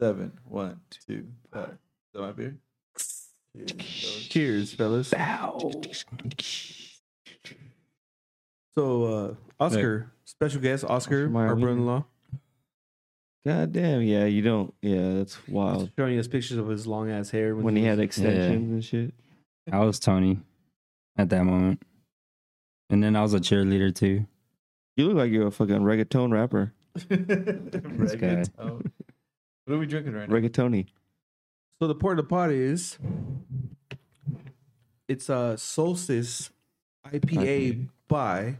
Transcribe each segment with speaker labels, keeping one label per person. Speaker 1: seven. One, two, five. Is that my beer? Cheers, fellas. So, uh, Oscar, special guest, Oscar,
Speaker 2: Oscar
Speaker 1: our
Speaker 2: Mayer.
Speaker 1: brother-in-law,
Speaker 2: God damn, yeah, you don't. Yeah, that's wild.
Speaker 1: showing us pictures of his long ass hair
Speaker 2: When he had extensions and shit.
Speaker 3: I was Tony at that moment. And then I was a cheerleader too.
Speaker 2: You look like you're a fucking reggaeton rapper.
Speaker 3: This guy.
Speaker 1: reggaeton. What are we drinking right now?
Speaker 2: Reggaetoni.
Speaker 1: So the port of the pot is it's a Solstice IPA
Speaker 3: IPA.
Speaker 1: by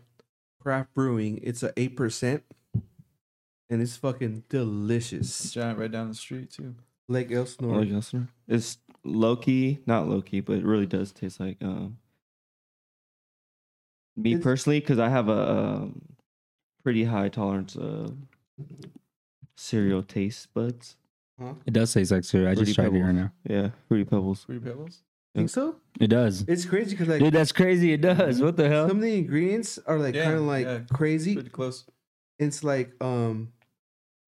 Speaker 1: Craft Brewing. It's a eight percent, and it's fucking delicious.
Speaker 4: Giant right down the street too.
Speaker 1: Lake Elsinore.
Speaker 2: Like Elsinore. It's low key, not low key, but it really does taste like um me
Speaker 1: It's-
Speaker 2: personally because I have a um, pretty high tolerance of cereal taste buds.
Speaker 3: It does taste like cereal. I
Speaker 2: Fruity
Speaker 3: just tried it right
Speaker 2: Pebbles.
Speaker 3: now.
Speaker 2: Yeah, fruity pebbles.
Speaker 4: Three pebbles.
Speaker 1: Think so?
Speaker 3: It does.
Speaker 1: It's crazy because like
Speaker 3: Dude, that's crazy. It does. What the
Speaker 1: some
Speaker 3: hell?
Speaker 1: of the ingredients are like
Speaker 4: Yeah,
Speaker 1: kind of like
Speaker 4: yeah.
Speaker 1: crazy.
Speaker 4: Pretty close.
Speaker 1: It's like um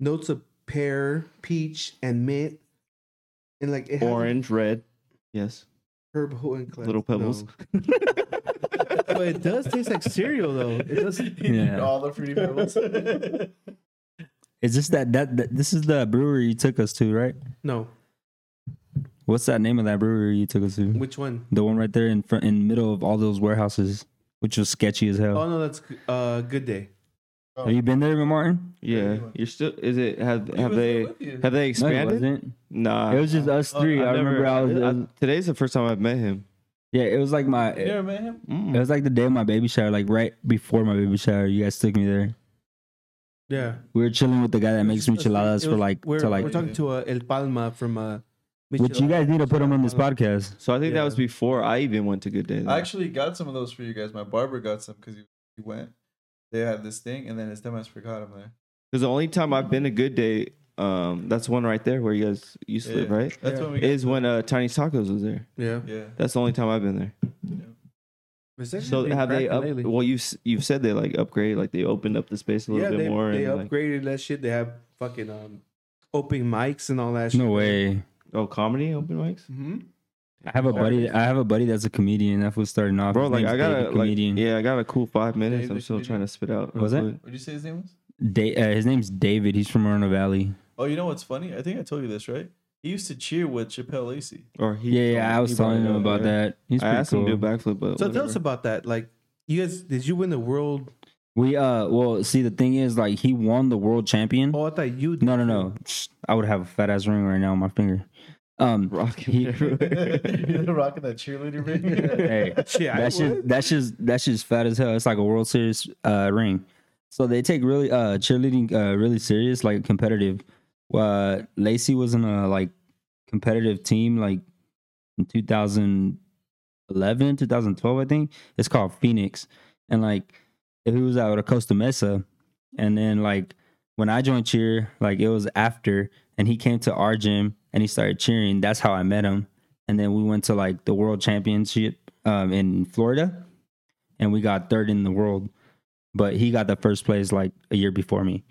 Speaker 1: notes of pear, peach, and mint, and like it has
Speaker 2: Orange, red. Yes,
Speaker 1: herb and
Speaker 2: little pebbles.
Speaker 1: but it does taste like cereal though. It does.
Speaker 3: Yeah.
Speaker 4: All the fruity pebbles.
Speaker 3: Is this that, that that this is the brewery you took us to, right?
Speaker 1: No,
Speaker 3: What's that name of that brewery you took us to?
Speaker 1: which one?
Speaker 3: The one right there in front, in middle of all those warehouses, which was sketchy as hell.
Speaker 1: Oh no, that's uh Good Day.
Speaker 3: Have you been there, Martin?
Speaker 2: Yeah,
Speaker 4: one.
Speaker 2: you're still. Is it have
Speaker 4: He
Speaker 2: have
Speaker 4: was
Speaker 2: they
Speaker 4: there with you.
Speaker 2: have they
Speaker 3: No, it
Speaker 2: expanded?
Speaker 3: wasn't.
Speaker 2: nah,
Speaker 1: Uh,
Speaker 3: It was just us three. I
Speaker 2: I've never-
Speaker 3: remember I was. uh,
Speaker 2: I- today's the first time I've met him. Mm.
Speaker 3: yeah, it was like my.
Speaker 4: You never met him?
Speaker 3: It was like the day of my baby shower, like right before my baby shower. You guys took me there.
Speaker 1: Yeah,
Speaker 3: We were chilling with the guy that makes micheladas
Speaker 1: It
Speaker 3: for
Speaker 1: was-
Speaker 3: like
Speaker 1: We're,
Speaker 3: to like.
Speaker 1: we're talking to uh, El Palma from uh.
Speaker 3: Which you guys need to put him on this podcast.
Speaker 2: So I think
Speaker 1: Yeah.
Speaker 2: that was before I even went to Good Day. though.
Speaker 4: I actually got some of those for you guys. My barber got some because he, he went. They had this thing, and then his dumbass forgot him there.
Speaker 2: Because the only time I've been a good day, um, that's one right there where you guys used to live,
Speaker 4: Yeah.
Speaker 2: right?
Speaker 4: That's
Speaker 1: Yeah.
Speaker 4: when we got.
Speaker 2: Is when uh, Tiny's Tacos was there.
Speaker 1: Yeah.
Speaker 4: yeah.
Speaker 2: That's the only time I've been there.
Speaker 1: It's actually
Speaker 2: So
Speaker 1: been
Speaker 2: have they
Speaker 1: cracking
Speaker 2: up?
Speaker 1: lately.
Speaker 2: Well, you have you've said they like upgrade, like they opened up the space a little
Speaker 1: yeah,
Speaker 2: bit
Speaker 1: they,
Speaker 2: more.
Speaker 1: they
Speaker 2: and, like-
Speaker 1: upgraded that shit. They have fucking um open mics and all that. shit.
Speaker 3: No way.
Speaker 2: oh, comedy open mics,
Speaker 1: hmm
Speaker 3: I have a buddy. I have a buddy that's a comedian. That was starting off.
Speaker 2: bro.
Speaker 3: His
Speaker 2: Like
Speaker 3: name's
Speaker 2: I got
Speaker 3: David
Speaker 2: a like, yeah, I got a cool five minutes.
Speaker 4: he's
Speaker 2: I'm
Speaker 4: a
Speaker 2: still
Speaker 4: comedian.
Speaker 2: trying to spit out.
Speaker 3: Was
Speaker 2: real
Speaker 3: it?
Speaker 2: quick.
Speaker 4: What'd you say his name was?
Speaker 3: Da- uh, his name's David. He's from Moreno Valley.
Speaker 4: Oh, you know what's funny? I think I told you this, right? He used to cheer with Chappelle Lacey.
Speaker 2: Or he?
Speaker 3: Yeah, yeah. I was
Speaker 2: he
Speaker 3: telling
Speaker 2: brought
Speaker 3: him
Speaker 2: it up,
Speaker 3: about
Speaker 2: yeah.
Speaker 3: that. He's
Speaker 2: I
Speaker 3: pretty
Speaker 2: asked him
Speaker 3: cool.
Speaker 2: to do a backflip, but
Speaker 1: So tell
Speaker 2: whatever.
Speaker 1: us about that. Like, you guys, did you win the world?
Speaker 3: We uh, well, see, the thing is, like, he won the world champion.
Speaker 1: Oh, I thought you. Did
Speaker 3: No, no, no. I would have a fat ass ring right now on my finger. Um,
Speaker 2: rocking
Speaker 3: He-
Speaker 2: everywhere.
Speaker 4: rocking that cheerleader ring.
Speaker 3: hey,
Speaker 1: Shit, I
Speaker 3: that's
Speaker 1: would.
Speaker 3: just that's just that's just fat as hell. It's like a World Series uh, ring. So they take really uh cheerleading uh really serious, like competitive. Uh, Lacey was in a like competitive team like in 2011, 2012, I think. It's called Phoenix, and like if he was out of Costa Mesa, and then like when I joined cheer, like it was after, and he came to our gym and he started cheering. That's how I met him, and then we went to like the World Championship um, in Florida, and we got third in the world, but he got the first place like a year before me.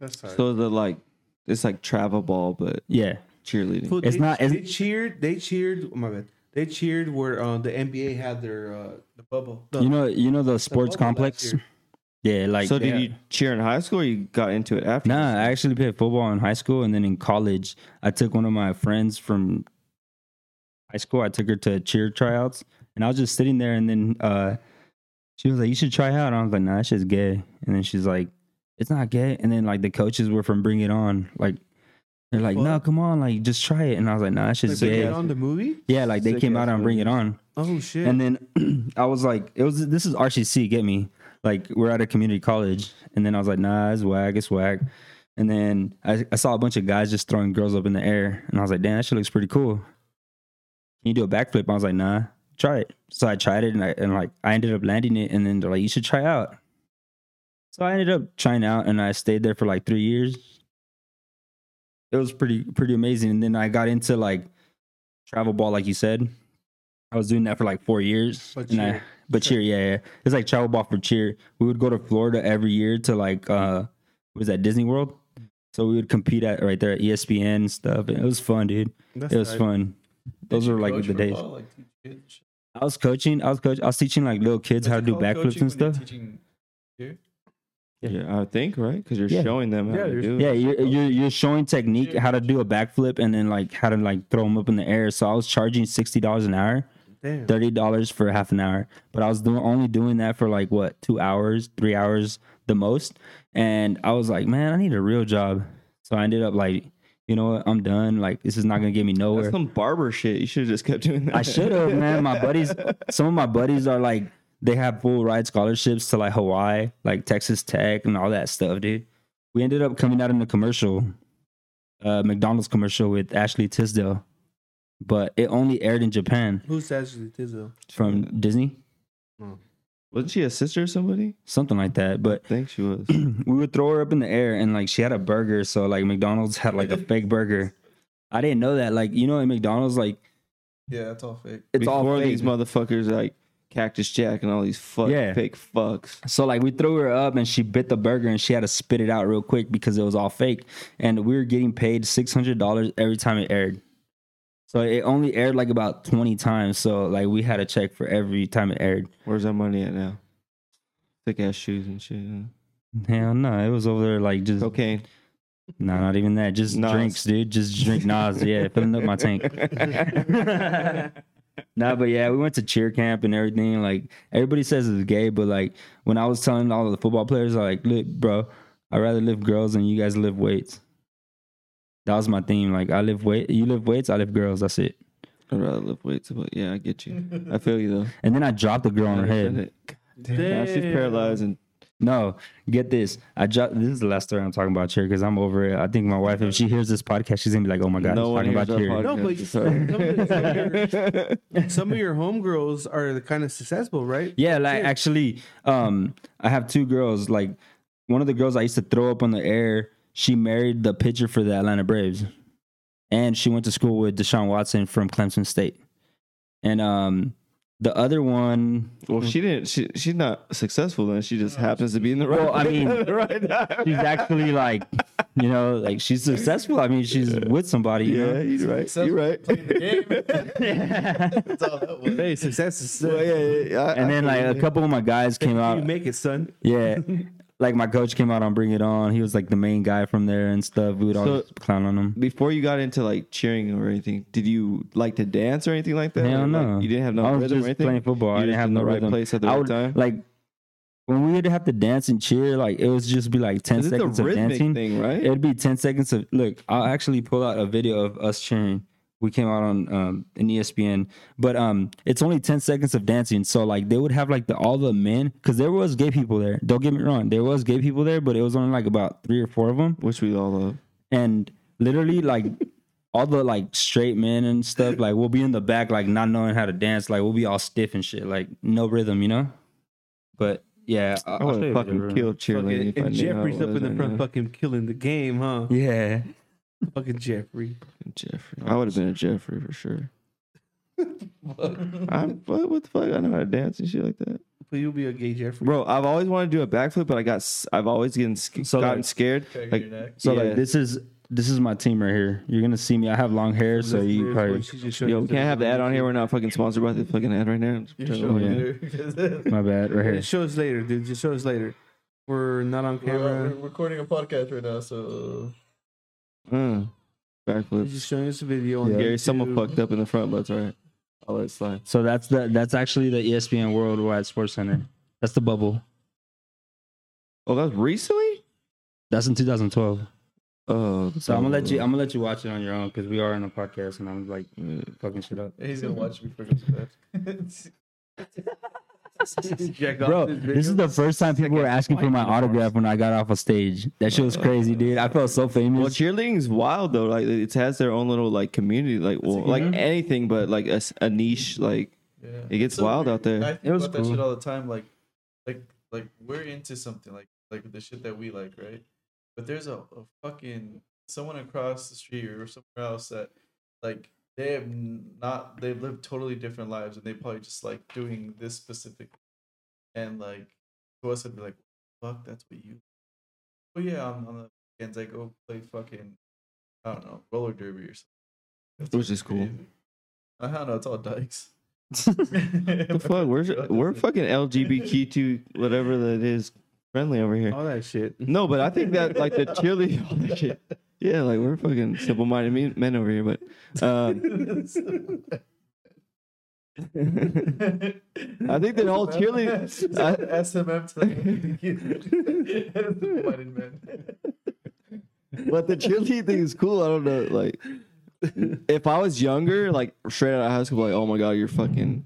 Speaker 1: That's sorry.
Speaker 2: So the like, it's like travel ball, but
Speaker 3: Yeah,
Speaker 2: cheerleading.
Speaker 1: Well,
Speaker 3: It's
Speaker 1: they,
Speaker 3: not- it's-
Speaker 1: They cheered. They cheered. Oh my bad. They cheered where uh, the NBA had their uh,
Speaker 4: the bubble.
Speaker 1: the,
Speaker 3: you know, you know the
Speaker 1: the
Speaker 3: sports
Speaker 1: bubble last
Speaker 3: complex.
Speaker 1: year.
Speaker 3: Yeah, like
Speaker 2: so did
Speaker 3: yeah.
Speaker 2: you cheer in high school or you got into it after?
Speaker 3: Nah, I actually played football in high school, and then in college, I took one of my friends from high school. I took her to cheer tryouts, and I was just sitting there, and then uh, she was like, "You should try out." And I was like, "Nah, that shit's gay." And then she's like, "It's not gay." And then like the coaches were from Bring It On, like they're like,
Speaker 1: Fuck.
Speaker 3: "No, come on, like just try it." And I was like, "Nah, that
Speaker 1: Like,
Speaker 3: shit's
Speaker 1: they
Speaker 3: gay."
Speaker 1: got on the movie.
Speaker 3: Yeah, like they
Speaker 2: Sick
Speaker 3: came
Speaker 2: ass
Speaker 3: out on Bring It On.
Speaker 1: Oh shit.
Speaker 3: And then I was like, it was this is RCC, get me. Like we're at a community college. And then I was like, nah, it's whack, it's whack. And then I, I saw a bunch of guys just throwing girls up in the air. And I was like, damn, that shit looks pretty cool. Can you do a backflip? I was like, nah, try it. So I tried it and I and like I ended up landing it and then they're like, you should try out. So I ended up trying out and I stayed there for like three years. It was pretty pretty amazing. And then I got into like travel ball, like you said. I was doing that for like four years.
Speaker 1: But
Speaker 3: and I-
Speaker 1: cheer.
Speaker 3: but cheer, yeah, yeah. It's like travel ball for cheer. We would go to Florida every year to like uh what is that, Disney World? So we would compete at right there at E ESPN and stuff. And it was fun, dude.
Speaker 1: That's
Speaker 3: It was
Speaker 1: tight.
Speaker 3: fun. Those
Speaker 4: you
Speaker 3: were like
Speaker 4: coach
Speaker 3: the
Speaker 4: for
Speaker 3: days.
Speaker 4: ball, like, teach kids and shit?
Speaker 3: I was coaching. I was coach. I was teaching like little kids
Speaker 4: What's
Speaker 3: how
Speaker 4: it
Speaker 3: to do
Speaker 4: called,
Speaker 3: backflips
Speaker 4: coaching
Speaker 3: and
Speaker 4: when you're
Speaker 3: stuff.
Speaker 4: teaching-
Speaker 2: Yeah, I think right because you're
Speaker 3: Yeah.
Speaker 2: showing them how
Speaker 1: Yeah,
Speaker 2: to
Speaker 1: you're-
Speaker 2: do it.
Speaker 3: Yeah, you're, you're you're showing technique how to do a backflip and then like how to like throw them up in the air. So I was charging sixty dollars an hour,
Speaker 1: Damn.
Speaker 3: thirty dollars for half an hour. But I was doing only doing that for like what two hours, three hours the most. And I was like, man, I need a real job. So I ended up like, you know what, I'm done. Like this is not gonna get me
Speaker 2: That's
Speaker 3: nowhere.
Speaker 2: some barber shit. You should have just kept doing that.
Speaker 3: I should have, man. My buddies, some of my buddies are like, they have full ride scholarships to like Hawaii, like Texas Tech, and all that stuff, dude. We ended up coming out in a commercial, uh, McDonald's commercial with Ashley Tisdale, but it only aired in Japan
Speaker 1: Who's Ashley Tisdale?
Speaker 3: from Disney,
Speaker 2: Wasn't she a sister or somebody?
Speaker 3: something like that. But
Speaker 2: I think she was.
Speaker 3: we would throw her up in the air and like she had a burger so like mcdonald's had like a fake burger i didn't know that like you know in mcdonald's like
Speaker 4: Yeah, that's all fake.
Speaker 3: it's
Speaker 2: Before
Speaker 3: all fake.
Speaker 2: these motherfuckers like Cactus Jack and all these fuck
Speaker 3: Yeah.
Speaker 2: fake fucks.
Speaker 3: so like we threw her up and she bit the burger and she had to spit it out real quick because it was all fake and we were getting paid $600 every time it aired so it only aired like about 20 times so like we had a check for every time it aired
Speaker 2: Where's that money at now? Thick ass shoes and shit. huh?
Speaker 3: hell no it was over there like just
Speaker 2: Cocaine.
Speaker 3: no not even that just
Speaker 2: Nas.
Speaker 3: drinks dude just drink nas yeah filling up my tank Nah, but yeah, we went to cheer camp and everything. Like everybody says it's gay, but like when I was telling all of the football players, like, look, bro, I'd rather lift girls than you guys lift weights. That was my theme. Like I lift weight, you lift weights, I lift girls. That's it.
Speaker 2: I'd rather lift weights, but yeah, I get you. I feel you though.
Speaker 3: And then I dropped the girl on her
Speaker 2: Understand
Speaker 3: head.
Speaker 2: it. Nah, she's paralyzed and
Speaker 3: No, get this. I dropped. This is the last story I'm talking about cheer because I'm over it. I think my wife, if she hears this podcast, she's gonna be like, oh my god,
Speaker 2: no
Speaker 3: he's
Speaker 2: one
Speaker 3: talking
Speaker 2: hears that
Speaker 3: about cheer.
Speaker 2: podcast.
Speaker 1: No, but you-
Speaker 2: Sorry.
Speaker 1: some of the- Some of your homegirls are the kind of successful, right?
Speaker 3: Yeah, like actually, um, I have two girls. Like one of the girls I used to throw up on the air, she married the pitcher for the Atlanta Braves, and she went to school with Deshaun Watson from Clemson State. And um, the other one,
Speaker 2: well, she didn't. She she's not successful. Then she just happens to be in the right.
Speaker 3: Well, I mean,
Speaker 2: right now.
Speaker 3: she's actually like, you know, like she's successful. I mean, she's with somebody. You
Speaker 2: Yeah,
Speaker 3: know?
Speaker 2: you're right. You're right.
Speaker 4: Playing the game. that's all that was.
Speaker 1: Hey, success is
Speaker 2: Well, yeah, yeah, yeah, I-
Speaker 3: And
Speaker 2: I
Speaker 3: then like
Speaker 2: feel
Speaker 3: a
Speaker 2: you.
Speaker 3: couple of my guys came out.
Speaker 1: you make it, son.
Speaker 3: Yeah. Like my coach came out on Bring It On. He was like the main guy from there and stuff. We would always clown on him.
Speaker 2: before you got into like cheering or anything, did you like to dance or anything like that?
Speaker 3: Hell
Speaker 2: Or, like,
Speaker 3: no.
Speaker 2: you didn't have no
Speaker 3: I was
Speaker 2: rhythm
Speaker 3: just
Speaker 2: or anything.
Speaker 3: playing football.
Speaker 2: You
Speaker 3: I didn't
Speaker 2: just
Speaker 3: have
Speaker 2: in
Speaker 3: no
Speaker 2: the right
Speaker 3: rhythm.
Speaker 2: place at the
Speaker 3: I
Speaker 2: right
Speaker 3: would,
Speaker 2: time.
Speaker 3: Like when we would have to dance and cheer, like it was just be like ten
Speaker 2: Is it the
Speaker 3: seconds of
Speaker 2: rhythmic
Speaker 3: dancing.
Speaker 2: thing, right?
Speaker 3: It'd be ten seconds of look. I'll actually pull out a video of us cheering. We came out on um, an ESPN, but um, it's only ten seconds of dancing. So like they would have like the all the men because there was gay people there. Don't get me wrong, there was gay people there, but it was only like about three or four of them
Speaker 2: Which we all love.
Speaker 3: and literally like all the like straight men and stuff like we'll be in the back like not knowing how to dance like we'll be all stiff and shit like no rhythm you know but yeah uh,
Speaker 2: I
Speaker 3: I- I'll show
Speaker 2: would
Speaker 3: you
Speaker 2: have
Speaker 3: a video
Speaker 2: fucking
Speaker 3: real-
Speaker 2: killed cheerleading.
Speaker 1: Fucking,
Speaker 2: if I
Speaker 1: and
Speaker 2: knew how it
Speaker 1: Jeffrey's up
Speaker 2: was
Speaker 1: in the
Speaker 2: right
Speaker 1: front,
Speaker 2: now.
Speaker 1: fucking killing the game, huh?
Speaker 3: yeah
Speaker 1: Fucking Jeffrey.
Speaker 2: Jeffrey. I would have been a Jeffrey for sure. I'm but what the fuck? I know how to dance and shit like that,
Speaker 1: But you'll be a gay Jeffrey.
Speaker 2: bro. I've always wanted to do a backflip, but I got s- I've always gotten sc-
Speaker 3: So,
Speaker 2: gotten
Speaker 3: like-
Speaker 2: scared.
Speaker 4: Crack your
Speaker 2: Like
Speaker 4: neck.
Speaker 3: so
Speaker 2: Yeah.
Speaker 3: like this is this is my team right here you're gonna see me I have long hair so
Speaker 1: Listeners,
Speaker 3: you probably
Speaker 1: what she just showed
Speaker 2: yo,
Speaker 1: you
Speaker 2: we can't have the ad on here. We're not fucking sponsored by the fucking ad right now.
Speaker 4: You're
Speaker 3: Oh,
Speaker 4: showing
Speaker 3: yeah.
Speaker 4: there.
Speaker 3: my bad right here
Speaker 1: Just show us later, dude. Just show us later. We're not on
Speaker 4: We're, we're
Speaker 1: camera.
Speaker 4: recording a podcast right now, so
Speaker 2: Uh,
Speaker 1: We're
Speaker 2: backflip.
Speaker 1: just showing us a video. On
Speaker 2: Gary,
Speaker 1: YouTube.
Speaker 2: someone fucked up in the front, but it's all right. I'll let it slide.
Speaker 3: so that's the that's actually the E ESPN Worldwide Sports Center that's the bubble
Speaker 2: Oh, that's recently.
Speaker 3: that's in 2012
Speaker 2: Oh,
Speaker 3: so I'm gonna let you I'm gonna let you watch it on your own because we are in a podcast and I'm like fucking shit up
Speaker 4: he's gonna watch me for this.
Speaker 1: Jack off
Speaker 3: Bro,
Speaker 1: this
Speaker 3: this is
Speaker 1: video.
Speaker 3: the first time people were asking for my autograph when I got off of stage. That shit was crazy, dude. I felt so
Speaker 2: Well,
Speaker 3: famous.
Speaker 2: cheerleading is wild though. Like it has their own little like community, like well, like anything, but like a, s- a niche. Like
Speaker 4: Yeah.
Speaker 2: It gets
Speaker 4: It's so
Speaker 2: wild out there.
Speaker 4: I think
Speaker 3: It was
Speaker 4: about that
Speaker 3: cool.
Speaker 4: shit all the time. Like, like, like we're into something like like the shit that we like, right? But there's a, a fucking someone across the street or somewhere else that like they have n- not they live totally different lives and they probably just like doing this specific and like to us it'd be like fuck that's what you. Oh yeah, I'm on the weekends I go play fucking I don't know roller derby or something. That's
Speaker 2: Which is cool.
Speaker 4: crazy. I don't know. It's all dykes.
Speaker 2: The fuck? We're we're fucking LGBTQ whatever that is friendly over here.
Speaker 1: all that shit.
Speaker 2: No, but I think that like the cheerleading, all that shit. Yeah, like we're fucking simple-minded men- men over here. But um,
Speaker 4: I
Speaker 2: think that whole cheerleading- I-
Speaker 4: SMM to the LGBTQ. Whited men.
Speaker 2: but the cheerleading thing is cool. I don't know. Like, if I was younger, like straight out of high school, like, oh my god, you're fucking.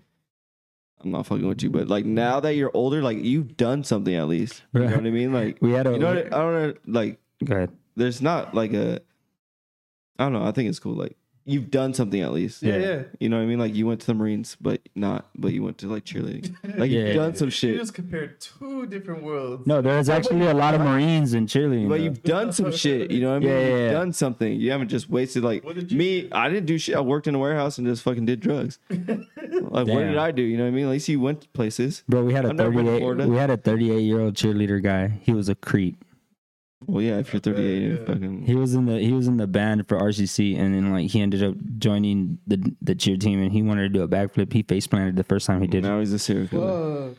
Speaker 2: I'm not fucking with you, but like now that you're older, like you've done something at least. You know what I mean? Like,
Speaker 3: We had a
Speaker 2: you know, what I, I don't know. Like,
Speaker 3: go ahead.
Speaker 2: there's not like a. I don't know. I think it's cool. Like, you've done something at least.
Speaker 1: Yeah, yeah.
Speaker 2: You know what I mean? Like, you went to the Marines, but not, but you went to like cheerleading. Like,
Speaker 3: Yeah.
Speaker 2: you've done some
Speaker 4: You
Speaker 2: shit.
Speaker 4: just compared two different worlds.
Speaker 3: No, there's actually a lot of Marines in cheerleading.
Speaker 2: But
Speaker 3: though.
Speaker 2: you've done some shit, you know what I mean?
Speaker 3: Yeah, yeah,
Speaker 2: you've
Speaker 3: yeah.
Speaker 2: done something. You haven't just wasted like
Speaker 4: What did you
Speaker 2: me. I didn't do shit. I worked in a warehouse and just fucking did drugs. like what did
Speaker 3: Damn.
Speaker 2: I do? You know what I mean? At least you went places.
Speaker 3: Bro, we had a
Speaker 2: I've never been to
Speaker 3: 38.
Speaker 2: Florida.
Speaker 3: We had a 38 year old cheerleader guy. He was a creep.
Speaker 2: Well, yeah, if you're 38, you're
Speaker 4: Yeah.
Speaker 2: fucking
Speaker 3: He was in the he was in the band for RCC, and then like he ended up joining the the cheer team, and he wanted to do a backflip. He face planted the first time he did it.
Speaker 2: now he's a serial killer.
Speaker 1: Fuck.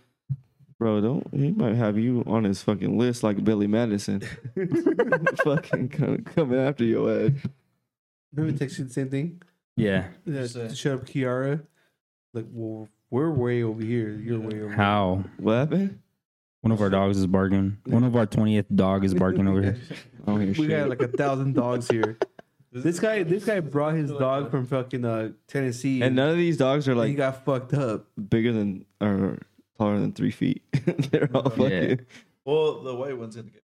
Speaker 2: Bro, don't he might have you on his fucking list like Billy Madison. fucking come, coming after your ass.
Speaker 1: Remember texting the same thing?
Speaker 3: Yeah.
Speaker 1: Yeah,
Speaker 4: say?
Speaker 1: shut up, Kiara. Like, well, we're way over here. You're way over.
Speaker 3: How?
Speaker 2: What happened?
Speaker 3: One of our dogs is barking. One of our twentieth dog is barking over here.
Speaker 2: Oh,
Speaker 1: here.
Speaker 2: here,
Speaker 1: We
Speaker 2: shit.
Speaker 1: got like a thousand dogs here. This guy, this guy brought his dog from fucking uh, Tennessee,
Speaker 2: and none of these dogs are
Speaker 1: and he
Speaker 2: like
Speaker 1: got fucked up.
Speaker 2: bigger than or taller than three feet. They're all fucking.
Speaker 4: Well, the white one's in the